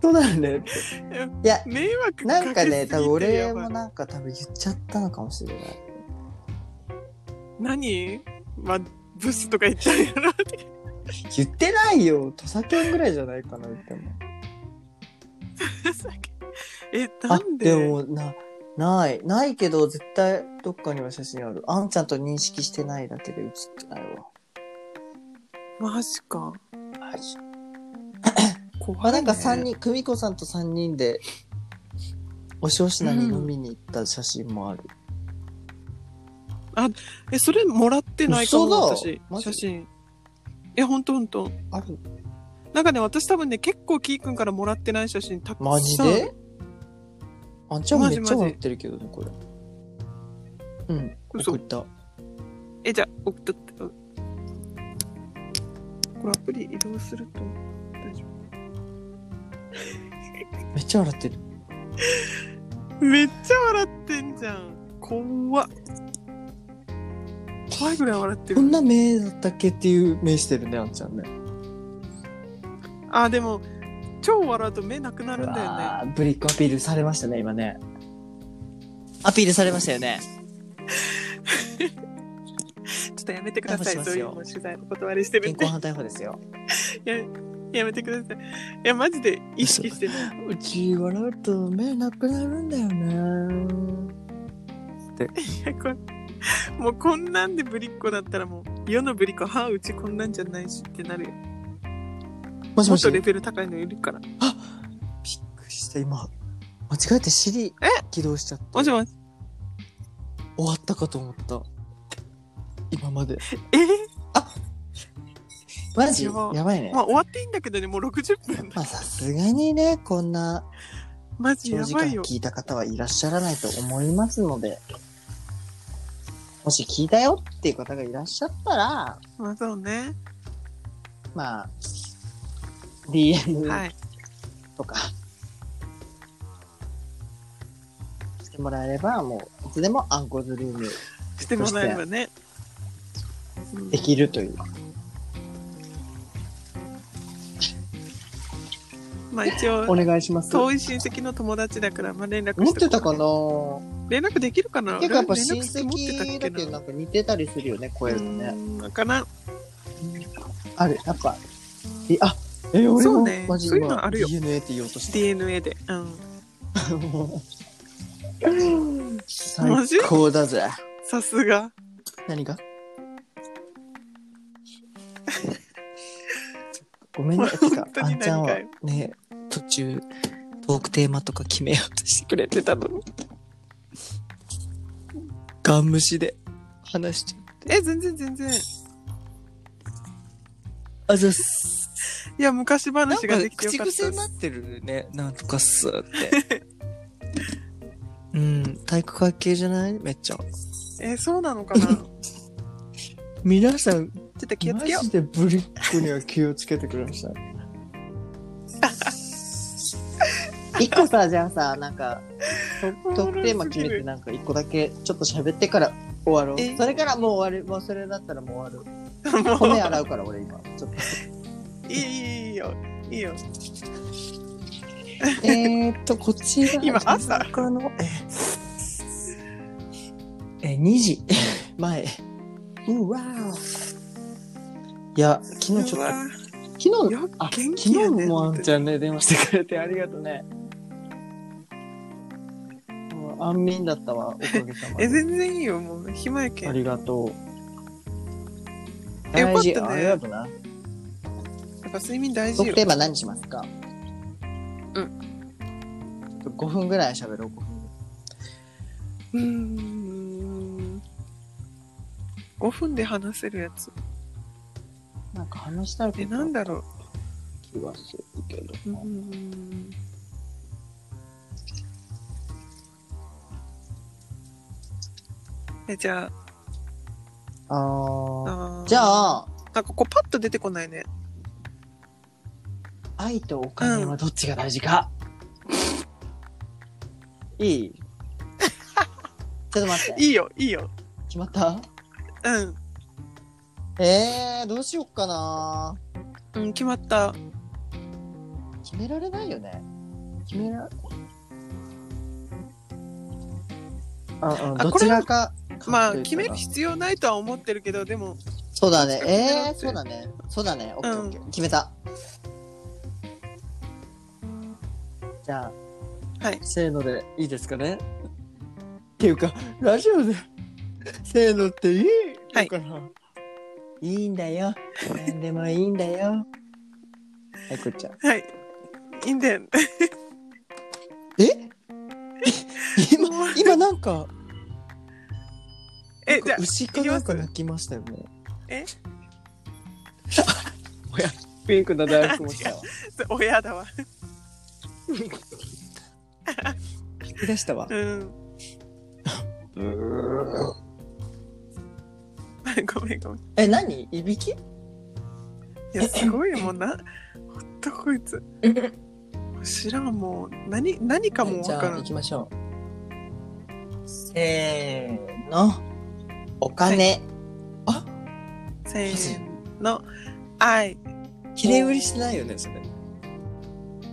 Speaker 1: そうだよねって。 いや、
Speaker 2: 迷惑かけすぎて
Speaker 1: なんかね、多分俺も
Speaker 2: やばい
Speaker 1: なんか多分言っちゃったのかもしれない。
Speaker 2: 何まあ、ブスとか言ったん やろ。
Speaker 1: 言ってないよ土佐犬ぐらいじゃないかな言っても。
Speaker 2: え、な
Speaker 1: あ
Speaker 2: んで
Speaker 1: でもなないないけど絶対どっかには写真あるあんちゃんと認識してないだけで写ってないわ
Speaker 2: マジか。
Speaker 1: はい
Speaker 2: 怖い、ね。
Speaker 1: あなんか3人久美子さんと3人でおしおしなに飲みに行った写真もある、
Speaker 2: え、それもらってないかも、
Speaker 1: 嘘だ
Speaker 2: 私
Speaker 1: マ。ジ
Speaker 2: 写真。え、ほんとほんと。
Speaker 1: ある
Speaker 2: なんかね、私多分ね、結構キーくんからもらってない写真たくさん。
Speaker 1: マジであんちゃんめ
Speaker 2: マ
Speaker 1: っ
Speaker 2: ジ
Speaker 1: ちゃ
Speaker 2: マジ
Speaker 1: 笑ってるけどね、これ。うん、
Speaker 2: 嘘
Speaker 1: 送った。
Speaker 2: え、じゃあ、送っとって。うんこれアプリ移動すると大丈
Speaker 1: めっちゃ笑ってる。
Speaker 2: 夫。めっちゃ笑ってんじゃん。怖っ。怖いぐらい笑ってる
Speaker 1: こ。んな目だったっけっていう目してるね、あんちゃんね。
Speaker 2: あ、でも、超笑うと目なくなるんだよね。
Speaker 1: あーブリックアピールされましたね、今ね。アピールされましたよね。
Speaker 2: ちょっとやめてくださ
Speaker 1: 逮捕
Speaker 2: い。
Speaker 1: しま
Speaker 2: そう
Speaker 1: す
Speaker 2: いう
Speaker 1: よ
Speaker 2: もう取材お断りしてる
Speaker 1: 現
Speaker 2: んで
Speaker 1: 行。犯逮捕ですよ。
Speaker 2: ややめてください。いや、マジで意識してない。
Speaker 1: うち笑うと目なくなるんだよね。
Speaker 2: いやこん もうこんなんでぶりっ子だったらもう、世のぶりっ子、はあ、うちこんなんじゃないしってなるよ。
Speaker 1: もし
Speaker 2: も
Speaker 1: も
Speaker 2: っ
Speaker 1: し。
Speaker 2: と
Speaker 1: び
Speaker 2: レ
Speaker 1: っ
Speaker 2: ベル高いのいるから。
Speaker 1: くりした、今。間違えて Siri 起動しちゃって。
Speaker 2: もし
Speaker 1: 終
Speaker 2: もし、
Speaker 1: わったかと思った。今 まで。
Speaker 2: え
Speaker 1: マジ
Speaker 2: やば
Speaker 1: やばいね。
Speaker 2: まあ終わっていいんだけどね、もう60分
Speaker 1: ま
Speaker 2: だ
Speaker 1: あ。さすがにね、こんな
Speaker 2: マジ
Speaker 1: 長
Speaker 2: や
Speaker 1: 時
Speaker 2: ば
Speaker 1: 間
Speaker 2: いよ。
Speaker 1: 聞いた方はいらっしゃらないと思いますので、もし聞いたよっていう方がいらっしゃったら、
Speaker 2: まあそうね。
Speaker 1: まあ、DM
Speaker 2: はい。
Speaker 1: とか、してもらえれば、もう、いつでもアンコーズルーム
Speaker 2: してもらえばね。うん
Speaker 1: できるという。
Speaker 2: まあ一
Speaker 1: お
Speaker 2: 応、
Speaker 1: 願いします。
Speaker 2: 遠い親戚の友達だから、まあ連絡
Speaker 1: 持っ
Speaker 2: してて
Speaker 1: たかな
Speaker 2: 連絡できるかな
Speaker 1: 結構やっぱ
Speaker 2: 連
Speaker 1: 親
Speaker 2: 絡先持っ
Speaker 1: 戚
Speaker 2: てた
Speaker 1: だ
Speaker 2: っけ
Speaker 1: け
Speaker 2: な
Speaker 1: なんか似てたりするよね、声がね。
Speaker 2: うんわからん。
Speaker 1: ある、やっぱ。いあ、え、俺
Speaker 2: そう
Speaker 1: も、
Speaker 2: ね
Speaker 1: マジ
Speaker 2: そういう
Speaker 1: 今、
Speaker 2: のあるよ
Speaker 1: DNA って言おうとして
Speaker 2: DNA で。うん。
Speaker 1: た。もう最
Speaker 2: マジ
Speaker 1: 高だぜ。
Speaker 2: さすが。
Speaker 1: 何がごめんね、てか
Speaker 2: 本、当
Speaker 1: あ
Speaker 2: に何
Speaker 1: ん
Speaker 2: か
Speaker 1: ちゃん
Speaker 2: よ
Speaker 1: はね、途中、トークテーマとか決めようとしてくれてたのに。ガン虫で話しちゃう。
Speaker 2: え、全然全然。
Speaker 1: あざっす。
Speaker 2: いや、昔
Speaker 1: なん
Speaker 2: 話が
Speaker 1: か
Speaker 2: できてよ
Speaker 1: 口
Speaker 2: かった
Speaker 1: 癖になってるね。なんとかっすって。 うん、体育会系じゃないめっちゃ。
Speaker 2: えーそうな のかなちょ
Speaker 1: 皆さん、
Speaker 2: っと気をつけよ
Speaker 1: マジでブリックには気をつけてください。 一個さ、じゃあさ、なんか、トトークテーマ決めて、なんか一個だけちょっと喋ってから終わろ
Speaker 2: え
Speaker 1: う。それからもう終わる。もうそれだったらもう終わる。
Speaker 2: う。もう
Speaker 1: 骨洗うから俺今。ちょっと。
Speaker 2: いいいいいいよ。いいよ。
Speaker 1: えーっと、こちら。
Speaker 2: 今朝
Speaker 1: 中の、えー、えー、2時前。うわーいや、昨日ちょっと、
Speaker 2: うわ
Speaker 1: 昨日
Speaker 2: よ、
Speaker 1: あ、
Speaker 2: 元
Speaker 1: 昨
Speaker 2: 気や
Speaker 1: 日
Speaker 2: ね
Speaker 1: もあんちゃんね、電話してくれてありがとうね。もう安眠だったわ、おかげさま
Speaker 2: え、
Speaker 1: で。
Speaker 2: 全然いいよ。もう、暇やけ
Speaker 1: あ
Speaker 2: ん。
Speaker 1: りがとう。
Speaker 2: えよか
Speaker 1: 大
Speaker 2: ったね
Speaker 1: 事、ありがとうな。
Speaker 2: やっぱ睡眠大
Speaker 1: ト
Speaker 2: 事
Speaker 1: ークテ
Speaker 2: よ。
Speaker 1: ーマ何しますか。
Speaker 2: う
Speaker 1: ち
Speaker 2: ん
Speaker 1: ょっと5分ぐらい喋ろう、5分。
Speaker 2: うーん。5分で話せるやつ。
Speaker 1: なんか話したいこ
Speaker 2: え、
Speaker 1: と
Speaker 2: なんだろ
Speaker 1: 気はするけど
Speaker 2: う。うーん。え、じゃ
Speaker 1: あ
Speaker 2: あ、
Speaker 1: ー
Speaker 2: あー
Speaker 1: じゃ、あ
Speaker 2: なんかこうパッと出てこないね。
Speaker 1: 愛とお金はどっちが大事か、いい ちょっと待って
Speaker 2: いいよ、いいよ。
Speaker 1: 決まった
Speaker 2: うん。
Speaker 1: えー、どうしよっかな
Speaker 2: うん、決まった。
Speaker 1: 決められないよね決めらああ
Speaker 2: あ
Speaker 1: どちらか
Speaker 2: まあ、
Speaker 1: というか
Speaker 2: 決める必要ないとは思ってるけど、でも、
Speaker 1: そうだ
Speaker 2: どっちか決めろ
Speaker 1: ねえ
Speaker 2: って
Speaker 1: ー、そうだねそうだねオッケーオッケー、決めたじゃあ
Speaker 2: はい。
Speaker 1: せーのでいいですかねっていうかラジオでせーのっていい
Speaker 2: はい
Speaker 1: のかないいんだよ何でもいいんだよはいこっちゃん
Speaker 2: はい。いいんだよ。
Speaker 1: え今今なんか
Speaker 2: え、じゃあ、
Speaker 1: 牛かなんか鳴きましたよね
Speaker 2: え
Speaker 1: あおやピンクの大福もしたわ。
Speaker 2: 親だわ。
Speaker 1: 引き出したわ。
Speaker 2: うん。ごめんごめん。い
Speaker 1: え、何いびき
Speaker 2: や、すごいもうな。ほんとこいつ。知らん、もう。何、何かもわ
Speaker 1: じゃ
Speaker 2: か
Speaker 1: あ
Speaker 2: ら
Speaker 1: 行
Speaker 2: ん。
Speaker 1: きましょう。せーの。お金。
Speaker 2: せーの。愛。
Speaker 1: 綺麗売りしないよね、それ。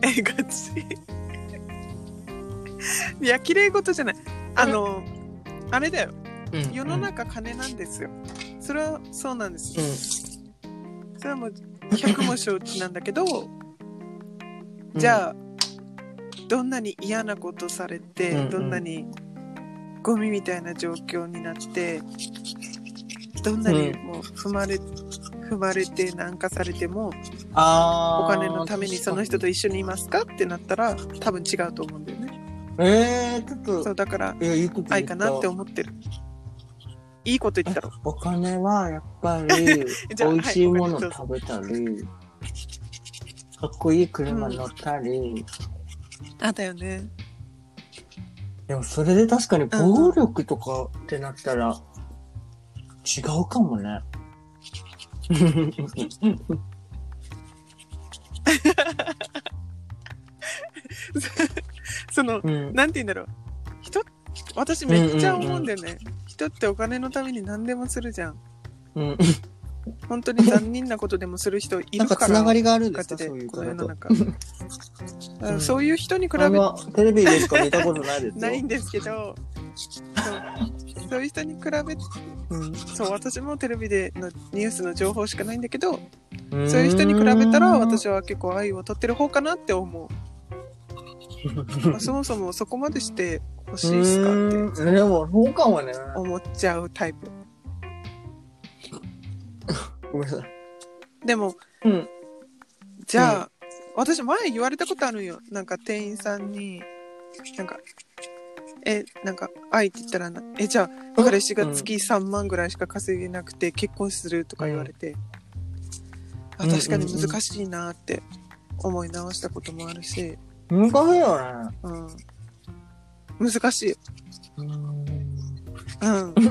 Speaker 2: え、ガチ。いや、綺麗事じゃない。あの、あれだよ。
Speaker 1: うん
Speaker 2: 世の中金なんですよ。それはそうなんです。それはもう100も承知なんだけど、じ
Speaker 1: あ、
Speaker 2: ゃあ、どんなに嫌なことされて、
Speaker 1: うんうん
Speaker 2: どんなにゴミみたいな状況になって、どんなにもう踏まれ、踏まれてなんかされても、
Speaker 1: あー
Speaker 2: お金のためにその人
Speaker 1: 確
Speaker 2: と一緒にいますかってなったら、多分違うと思うんだよね。
Speaker 1: かにえー、ちょっ
Speaker 2: そ
Speaker 1: と
Speaker 2: う、だから、
Speaker 1: いやいいこと言った
Speaker 2: 愛かなって思ってる。いいこと言ったろ。
Speaker 1: お金はやっぱり 美
Speaker 2: じゃあ
Speaker 1: 味しいもの
Speaker 2: はい
Speaker 1: 食べたり、かっこいい車乗ったり、
Speaker 2: あ、だよね。
Speaker 1: でもそれで確かに暴力とかってなったら違うかも ね。
Speaker 2: その、
Speaker 1: うん、
Speaker 2: なんて言うんだろう人私めっちゃ思うんだよね、人ってお金のために何でもするじゃん
Speaker 1: うん、
Speaker 2: 本当に残忍なことでもする人い
Speaker 1: なんか
Speaker 2: るか
Speaker 1: つ
Speaker 2: ら
Speaker 1: ながりがあるんで
Speaker 2: ガ
Speaker 1: す
Speaker 2: チ
Speaker 1: かそ
Speaker 2: で
Speaker 1: ういう
Speaker 2: こ
Speaker 1: こ
Speaker 2: の世の
Speaker 1: と。
Speaker 2: 中だからそういう人に比
Speaker 1: あ
Speaker 2: べ
Speaker 1: んまテレビでしか見たことないですよ。
Speaker 2: ないんですけどそうそういう人に比べ
Speaker 1: うん
Speaker 2: そう私もテレビでのニュースの情報しかないんだけどそういう人に比べたら私は結構愛を取ってる方かなっ て思う、まあ、そもそもそこまでして欲しいっすかって
Speaker 1: うんでもそうかもね。
Speaker 2: 思っちゃうタイプ
Speaker 1: ごめんなさい。
Speaker 2: でも
Speaker 1: うん
Speaker 2: じゃあ、私前言われたことあるんよなんか店員さんになんかえなんか愛って言ったらなえじゃあ彼氏が月3万ぐらいしか稼げなくて結婚するとか言われて、
Speaker 1: うん
Speaker 2: あ確かに難しいなって思い直したこともあるし、
Speaker 1: 難しいよね。
Speaker 2: うん、難しい、
Speaker 1: うん
Speaker 2: うん、
Speaker 1: どう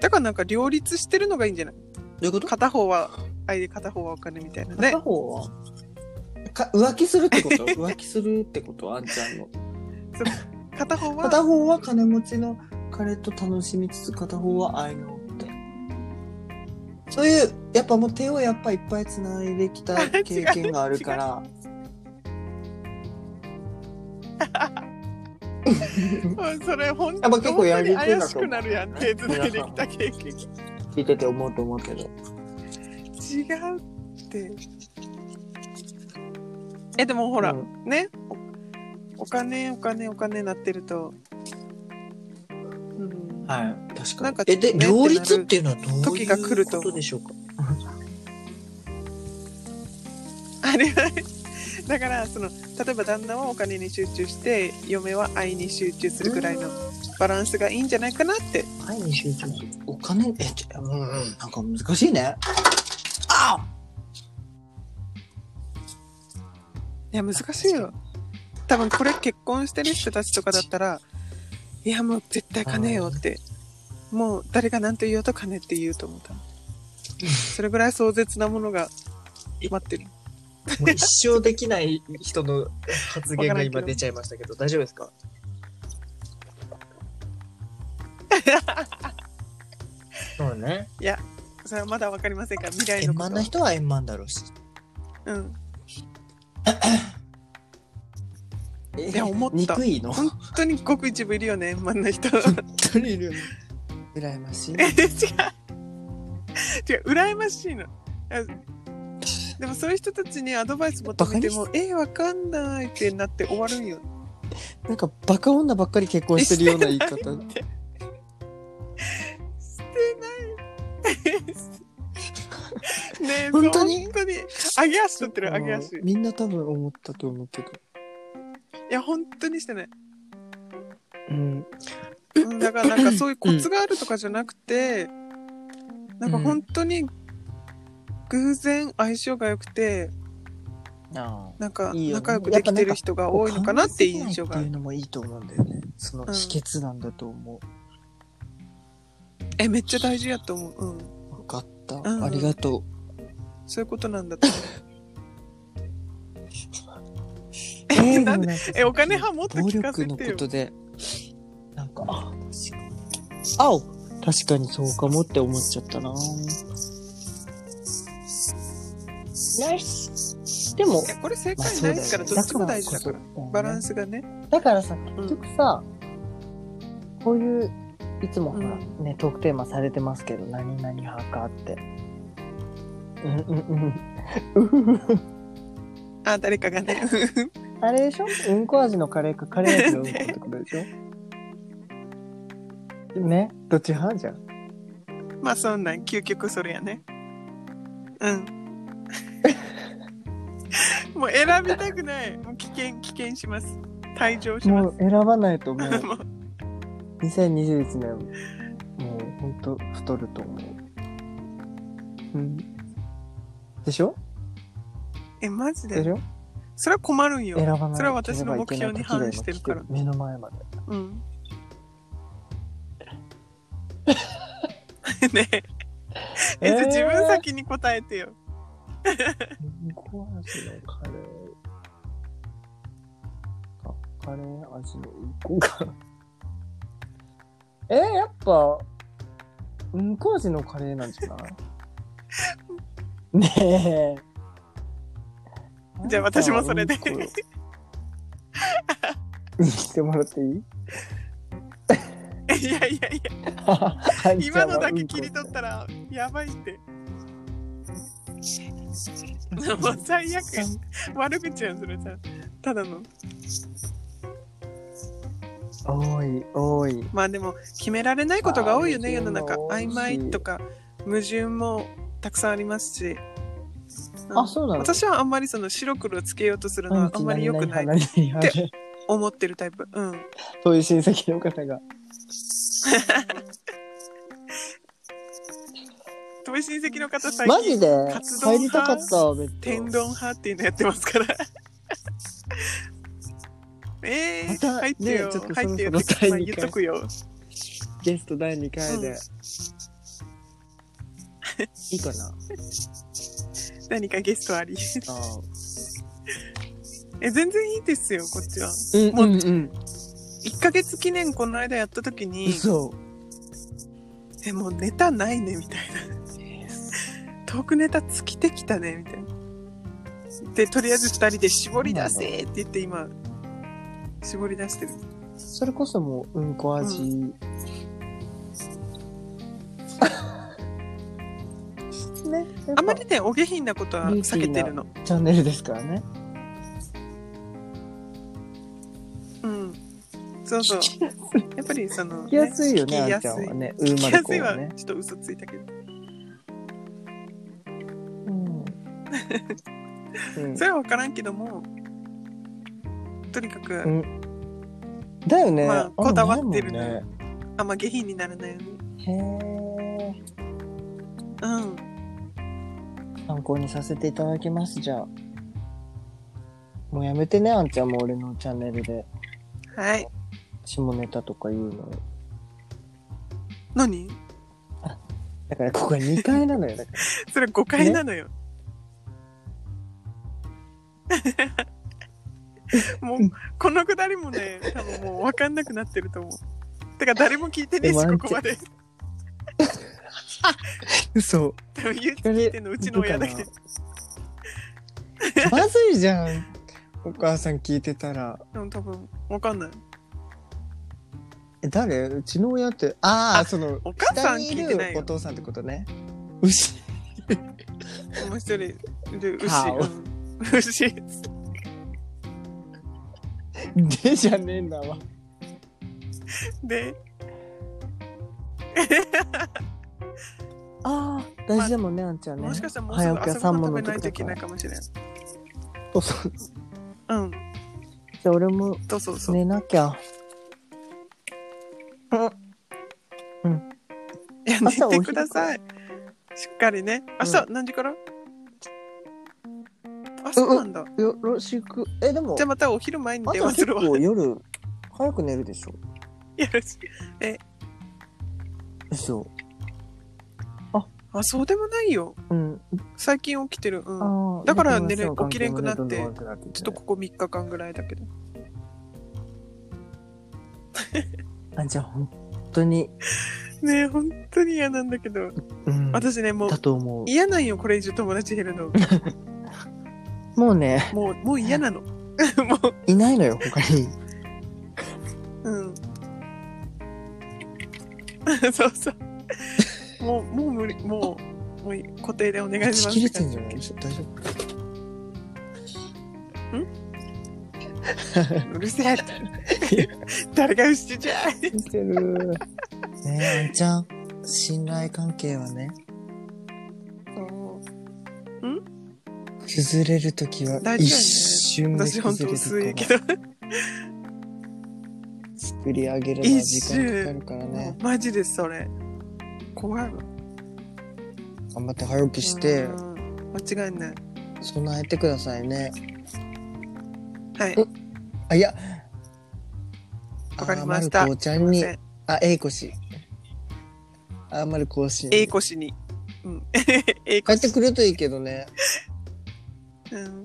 Speaker 2: だからなんか両立してるのがいいんじゃない
Speaker 1: いうこと
Speaker 2: 片方は愛で片方はお金みたいなね
Speaker 1: 片方は、か浮気するってこと浮気するってことあんちゃんの。
Speaker 2: 片方は
Speaker 1: 片方は金持ちの彼と楽しみつつ、片方は愛のって。そういう、やっぱもう手をやっぱいっぱい繋いできた
Speaker 2: 違う
Speaker 1: 経験がある から。
Speaker 2: うんそれ本
Speaker 1: やっ
Speaker 2: 当
Speaker 1: ぱ
Speaker 2: に
Speaker 1: 結構やり手だと思う
Speaker 2: 怪しくなるやん手続けできた経験
Speaker 1: 聞いてて思うと思うけど。
Speaker 2: 違うってえでもほら、
Speaker 1: うん
Speaker 2: ねおお金お金お金なってると、うん
Speaker 1: はい。確
Speaker 2: なんか
Speaker 1: え、で、
Speaker 2: ね
Speaker 1: 両立っていうのはどういう
Speaker 2: 時が来ると
Speaker 1: ことでしょうか
Speaker 2: あれはだからその例えば旦那はお金に集中して嫁は愛に集中するぐらいのバランスがいいんじゃないかなって
Speaker 1: 愛に集中する。お金、え、ちょうんうん、なんか難しいね。あ
Speaker 2: いや難しいよ多分これ結婚してる人たちとかだったらいやもう絶対金よってもう誰が何と言おうと金って言うと 思ったそれぐらい壮絶なものが待ってる
Speaker 1: もう一生できない人の発言が今
Speaker 2: わからんけど
Speaker 1: 出ちゃいましたけど、大丈夫です かそうね。
Speaker 2: それはまだ分かりませんから未来
Speaker 1: 円
Speaker 2: のこ
Speaker 1: 満
Speaker 2: と
Speaker 1: な
Speaker 2: は
Speaker 1: 人は円満だろうし。
Speaker 2: うん
Speaker 1: い
Speaker 2: や思った
Speaker 1: 憎いの。
Speaker 2: 本当にごく一部いるよね真ん な人違う
Speaker 1: 当にいるよね。羨ましい。
Speaker 2: 違う羨ましいのあでもそういう人たちにアドバイス求めてもえー、わかんないってなって終わるんよ
Speaker 1: なんかバカ女ばっかり結婚してるような言い 方。
Speaker 2: してない。ねえ、
Speaker 1: 本当に
Speaker 2: そう本当に上げ足取ってる、上げ足。い
Speaker 1: みんな多分思ったと思うけど。
Speaker 2: や、本当にしてない。
Speaker 1: うん。
Speaker 2: うんだから、なんかそういうコツがあるとかじゃなくて、なんか本当に偶然相性が良くて
Speaker 1: あ
Speaker 2: なんか
Speaker 1: いいよね
Speaker 2: 仲良くできてる人が多いのかなっていう印象があ
Speaker 1: っていう
Speaker 2: る
Speaker 1: のもいいと思うんだよね。その
Speaker 2: うん
Speaker 1: 秘訣なんだと思
Speaker 2: えめっちゃ大事やと思うう
Speaker 1: う。
Speaker 2: ん
Speaker 1: 分かった、
Speaker 2: ん
Speaker 1: ありがとう。
Speaker 2: そういうことなんだと思う
Speaker 1: え
Speaker 2: なん
Speaker 1: でも
Speaker 2: えお金派もっと
Speaker 1: 暴
Speaker 2: 聞かせ
Speaker 1: 力の
Speaker 2: て
Speaker 1: こ
Speaker 2: よ
Speaker 1: とで、なんか、あ、確かに。青確かにそうかもって思っちゃったなナイスでも
Speaker 2: い、やこれ正
Speaker 1: まあ
Speaker 2: 解
Speaker 1: そう
Speaker 2: な
Speaker 1: だよ
Speaker 2: いで
Speaker 1: ね
Speaker 2: すからどっちも大事だから
Speaker 1: だからこそ
Speaker 2: バランスがね
Speaker 1: だからさ
Speaker 2: ん
Speaker 1: 結局さ、こういういつもほら、
Speaker 2: う
Speaker 1: ねトークテーマされてますけど「何々派か」って。うんうんうん、うふふ
Speaker 2: あ誰かが ね
Speaker 1: あれでしょうんこ味のカレーかカレー味のうんこってことでしょねどっち派じゃん
Speaker 2: まあそんなん究極それやねうん もう選びたくないもう危険危険します退場し
Speaker 1: も
Speaker 2: ま
Speaker 1: う選ばないともう
Speaker 2: すもう
Speaker 1: 2021年もうほんと太ると思う、うん、でしょ
Speaker 2: えマジ
Speaker 1: で
Speaker 2: で
Speaker 1: しょ
Speaker 2: それは困るんよ
Speaker 1: 選ばない
Speaker 2: それは私の目標に反してるから
Speaker 1: ければいけない時が今来て目の前まで
Speaker 2: うん ねええじゃあ自分先に答えてよ
Speaker 1: うんこ味のカレーかカレー味のうんこがえー、やっぱうんこ味のカレーなんじゃないねえ
Speaker 2: じゃあ私もそれで
Speaker 1: あんたはうんこよ言ってもらっていい
Speaker 2: いやいやいや 今のだけ切り取ったらやばいってもう最悪や悪口やんそれさただの
Speaker 1: 多い多い
Speaker 2: まあでも決められないことが多いよね
Speaker 1: あー
Speaker 2: 世の中
Speaker 1: 矛盾
Speaker 2: 曖
Speaker 1: も多いし
Speaker 2: 昧とか矛盾もたくさんありますし、
Speaker 1: あそうなの
Speaker 2: 私はあんまりその白黒つけようとするのはあんまり良くない
Speaker 1: 何々派
Speaker 2: って
Speaker 1: 何々派
Speaker 2: 思ってるタイプうん
Speaker 1: そういう親戚の方が
Speaker 2: 飛び親戚の方最
Speaker 1: マジ
Speaker 2: 近
Speaker 1: で
Speaker 2: 活
Speaker 1: 入
Speaker 2: 動派
Speaker 1: りたかっためっちゃ
Speaker 2: 天丼派っていうのやってますから えー、
Speaker 1: また
Speaker 2: 入ってよ、
Speaker 1: ねちょっとそろそろ
Speaker 2: 入ってよって
Speaker 1: 第二回
Speaker 2: 言っとくよ
Speaker 1: ゲスト第2回で、
Speaker 2: うん
Speaker 1: いいかな
Speaker 2: 何かゲストあり
Speaker 1: あ
Speaker 2: え全然いいですよこっちは
Speaker 1: ー
Speaker 2: もう
Speaker 1: うん
Speaker 2: 1ヶ月記念この間やった時に
Speaker 1: 嘘
Speaker 2: えもうネタないねみたいなトークネタ尽きてきたねみたいなでとりあえず2人で絞り出せって言って今絞り出してる
Speaker 1: それこそもううんこ味、
Speaker 2: う
Speaker 1: ねやっぱ
Speaker 2: あまりねお下品なことは避けてるの
Speaker 1: チャンネルですからね
Speaker 2: うんそうそうやっぱりその、
Speaker 1: 聞きやすいよね
Speaker 2: 聞き
Speaker 1: あ
Speaker 2: や
Speaker 1: んちゃん
Speaker 2: すい
Speaker 1: はねう
Speaker 2: 聞
Speaker 1: ー
Speaker 2: き
Speaker 1: まで
Speaker 2: や
Speaker 1: こ
Speaker 2: すいうは
Speaker 1: ね
Speaker 2: ちょっと嘘ついたけど、
Speaker 1: うん、うん
Speaker 2: それは分からんけどもとにかく、
Speaker 1: うんだよね、
Speaker 2: まあ
Speaker 1: れ
Speaker 2: こだわってるね
Speaker 1: ないもん
Speaker 2: あんま下品にならないように
Speaker 1: ねへ
Speaker 2: うん
Speaker 1: え参考にさせていただきますじゃあもうやめてねあんちゃんも俺のチャンネルで
Speaker 2: はい
Speaker 1: 下ネタとか言うの
Speaker 2: 何
Speaker 1: だからここは2階なのよだから
Speaker 2: それ誤解なのよ。 もうこのくだりもね多分もう分かんなくなってると思う。てか誰も聞いてねえ
Speaker 1: でも
Speaker 2: し
Speaker 1: あん
Speaker 2: こ
Speaker 1: ち
Speaker 2: こまで。
Speaker 1: 嘘
Speaker 2: 多分言う
Speaker 1: かれ
Speaker 2: 聞いてんのうちの親だけで。
Speaker 1: まずいじゃんお母さん聞いてたら
Speaker 2: うん多分分かんない。
Speaker 1: え誰うちの親ってああその
Speaker 2: お母さん
Speaker 1: 下に
Speaker 2: 聞いてない
Speaker 1: るお
Speaker 2: よ。
Speaker 1: 父さんってことね牛
Speaker 2: もう一人いる牛。
Speaker 1: 顔
Speaker 2: うん牛。
Speaker 1: でじゃねえんだわ
Speaker 2: で
Speaker 1: ああ大事だもんね、あんちゃんね
Speaker 2: もしかしたらもうす
Speaker 1: 早
Speaker 2: ぐ
Speaker 1: 起き
Speaker 2: 朝
Speaker 1: は三
Speaker 2: ごは
Speaker 1: 問
Speaker 2: ん食
Speaker 1: の時
Speaker 2: べない
Speaker 1: だ
Speaker 2: といけ
Speaker 1: か
Speaker 2: な
Speaker 1: ら
Speaker 2: いかもしれない。
Speaker 1: そうそうじ
Speaker 2: うん。
Speaker 1: ゃあ俺も
Speaker 2: そうそうそう。
Speaker 1: 寝なきゃ
Speaker 2: いや寝
Speaker 1: 朝お
Speaker 2: て
Speaker 1: 昼
Speaker 2: ください。しっかりね。明日何時から？あ、そうなんだ。
Speaker 1: よろしく。え、でも
Speaker 2: じゃあ、またお昼前に
Speaker 1: あ
Speaker 2: 電
Speaker 1: な
Speaker 2: 話
Speaker 1: 結
Speaker 2: するわ。よ
Speaker 1: 構夜、早く寝るでしょ。
Speaker 2: ろしく。
Speaker 1: そ
Speaker 2: あ、そうでもないよ。
Speaker 1: う。うん。
Speaker 2: 最近起きてる。うん。ちょ
Speaker 1: あー
Speaker 2: だから寝れ
Speaker 1: なんか
Speaker 2: 起きれんくなって
Speaker 1: どんどん悪なて
Speaker 2: っとここ3日間ぐらいだけど。
Speaker 1: あ、じゃあ本当に。
Speaker 2: ねえ、本当に嫌なんだけど。
Speaker 1: うん。
Speaker 2: 私ね、もう
Speaker 1: だと思う。
Speaker 2: 嫌なんよ、これ以上友達減 るの。
Speaker 1: もうね、
Speaker 2: もう、もう嫌なの。もう、
Speaker 1: いないのよ、他に。
Speaker 2: うん。 そうそう。もう、もう無理、もう、もう固定でお願いし
Speaker 1: ち
Speaker 2: ます。
Speaker 1: 切れてんじゃない大丈夫。
Speaker 2: うるせえって。誰が牛じ ゃい
Speaker 1: してる。ねえ、あんちゃん。信頼関係はね、崩れるときは
Speaker 2: 大事だよね
Speaker 1: 一瞬で
Speaker 2: 私本当
Speaker 1: 崩
Speaker 2: 薄
Speaker 1: れ
Speaker 2: い
Speaker 1: る
Speaker 2: け
Speaker 1: から
Speaker 2: ど、
Speaker 1: 作り上げるのは時間かかるから
Speaker 2: も
Speaker 1: ね。
Speaker 2: うマジでそれ怖いわ
Speaker 1: 頑張って早起きして、
Speaker 2: うん間違いない
Speaker 1: 備えてくださいね。
Speaker 2: はい
Speaker 1: えあ、いや。
Speaker 2: わかりました
Speaker 1: あーまる子ちゃんに、あ、えいこし。あーまるこし。
Speaker 2: えいこしにうん え
Speaker 1: 帰
Speaker 2: いこ
Speaker 1: って
Speaker 2: し
Speaker 1: くるといいけどね。
Speaker 2: うん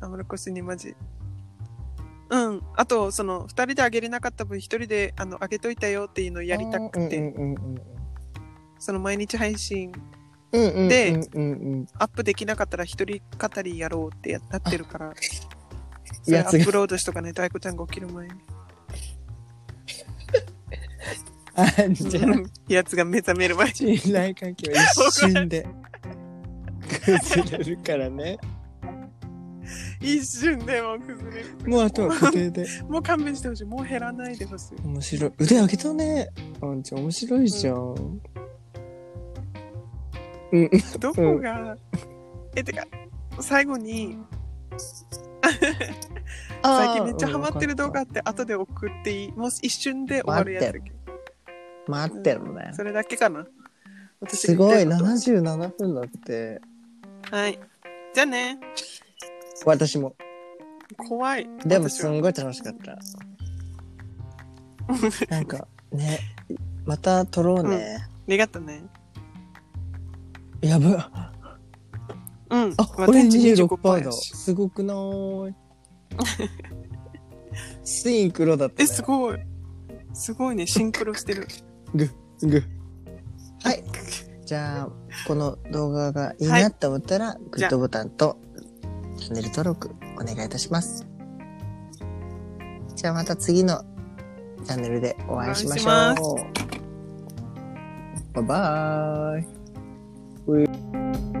Speaker 2: あまるこしにマジうんあとその二人であげれなかった分一人であのあげといたよっていうのをやりたくて、
Speaker 1: うんうんうん
Speaker 2: その毎日配信
Speaker 1: うん。うんうんうん
Speaker 2: で
Speaker 1: うんうん
Speaker 2: アップできなかったら一人語りやろうってやなって るからそ
Speaker 1: い
Speaker 2: れ
Speaker 1: や
Speaker 2: アップロードしとかね大子ちゃんが起きる前に
Speaker 1: あ、じゃあ、
Speaker 2: うんやつが目覚める前に
Speaker 1: 信頼関係は一瞬で崩れるからね。
Speaker 2: 一瞬でもう崩れる
Speaker 1: もうあとは固定で。
Speaker 2: もう勘弁してほしいもう減らないでほしい
Speaker 1: 面白い。腕上げたね。あんちゃん面白いじゃん。うん。
Speaker 2: どこが、えてか最後に最近めっちゃハマってる動画あって後で送っていいもう一瞬で終わるやつだけ
Speaker 1: 待ってるね。
Speaker 2: それだけかな私
Speaker 1: すごい、
Speaker 2: 言いたこと
Speaker 1: 77分だって。
Speaker 2: はいじゃあね
Speaker 1: 私も。
Speaker 2: 怖い
Speaker 1: でも
Speaker 2: 私
Speaker 1: す
Speaker 2: は
Speaker 1: んごい楽しかった。 なんかね、また撮ろうね。
Speaker 2: ありがとね
Speaker 1: やば。
Speaker 2: うん
Speaker 1: あ、
Speaker 2: ま
Speaker 1: 俺
Speaker 2: 天地
Speaker 1: 26%
Speaker 2: や
Speaker 1: だ。
Speaker 2: し
Speaker 1: すごくなーい。シンクロだった、ね。
Speaker 2: えすごいすごいねシンクロしてる
Speaker 1: ぐはい。じゃあ、この動画がいいなって思ったら、グッドボタンとチャンネル登録お願いいたします。じゃあまた次のチャンネルでお会いしましょ
Speaker 2: お会いし
Speaker 1: う。バイバーイ。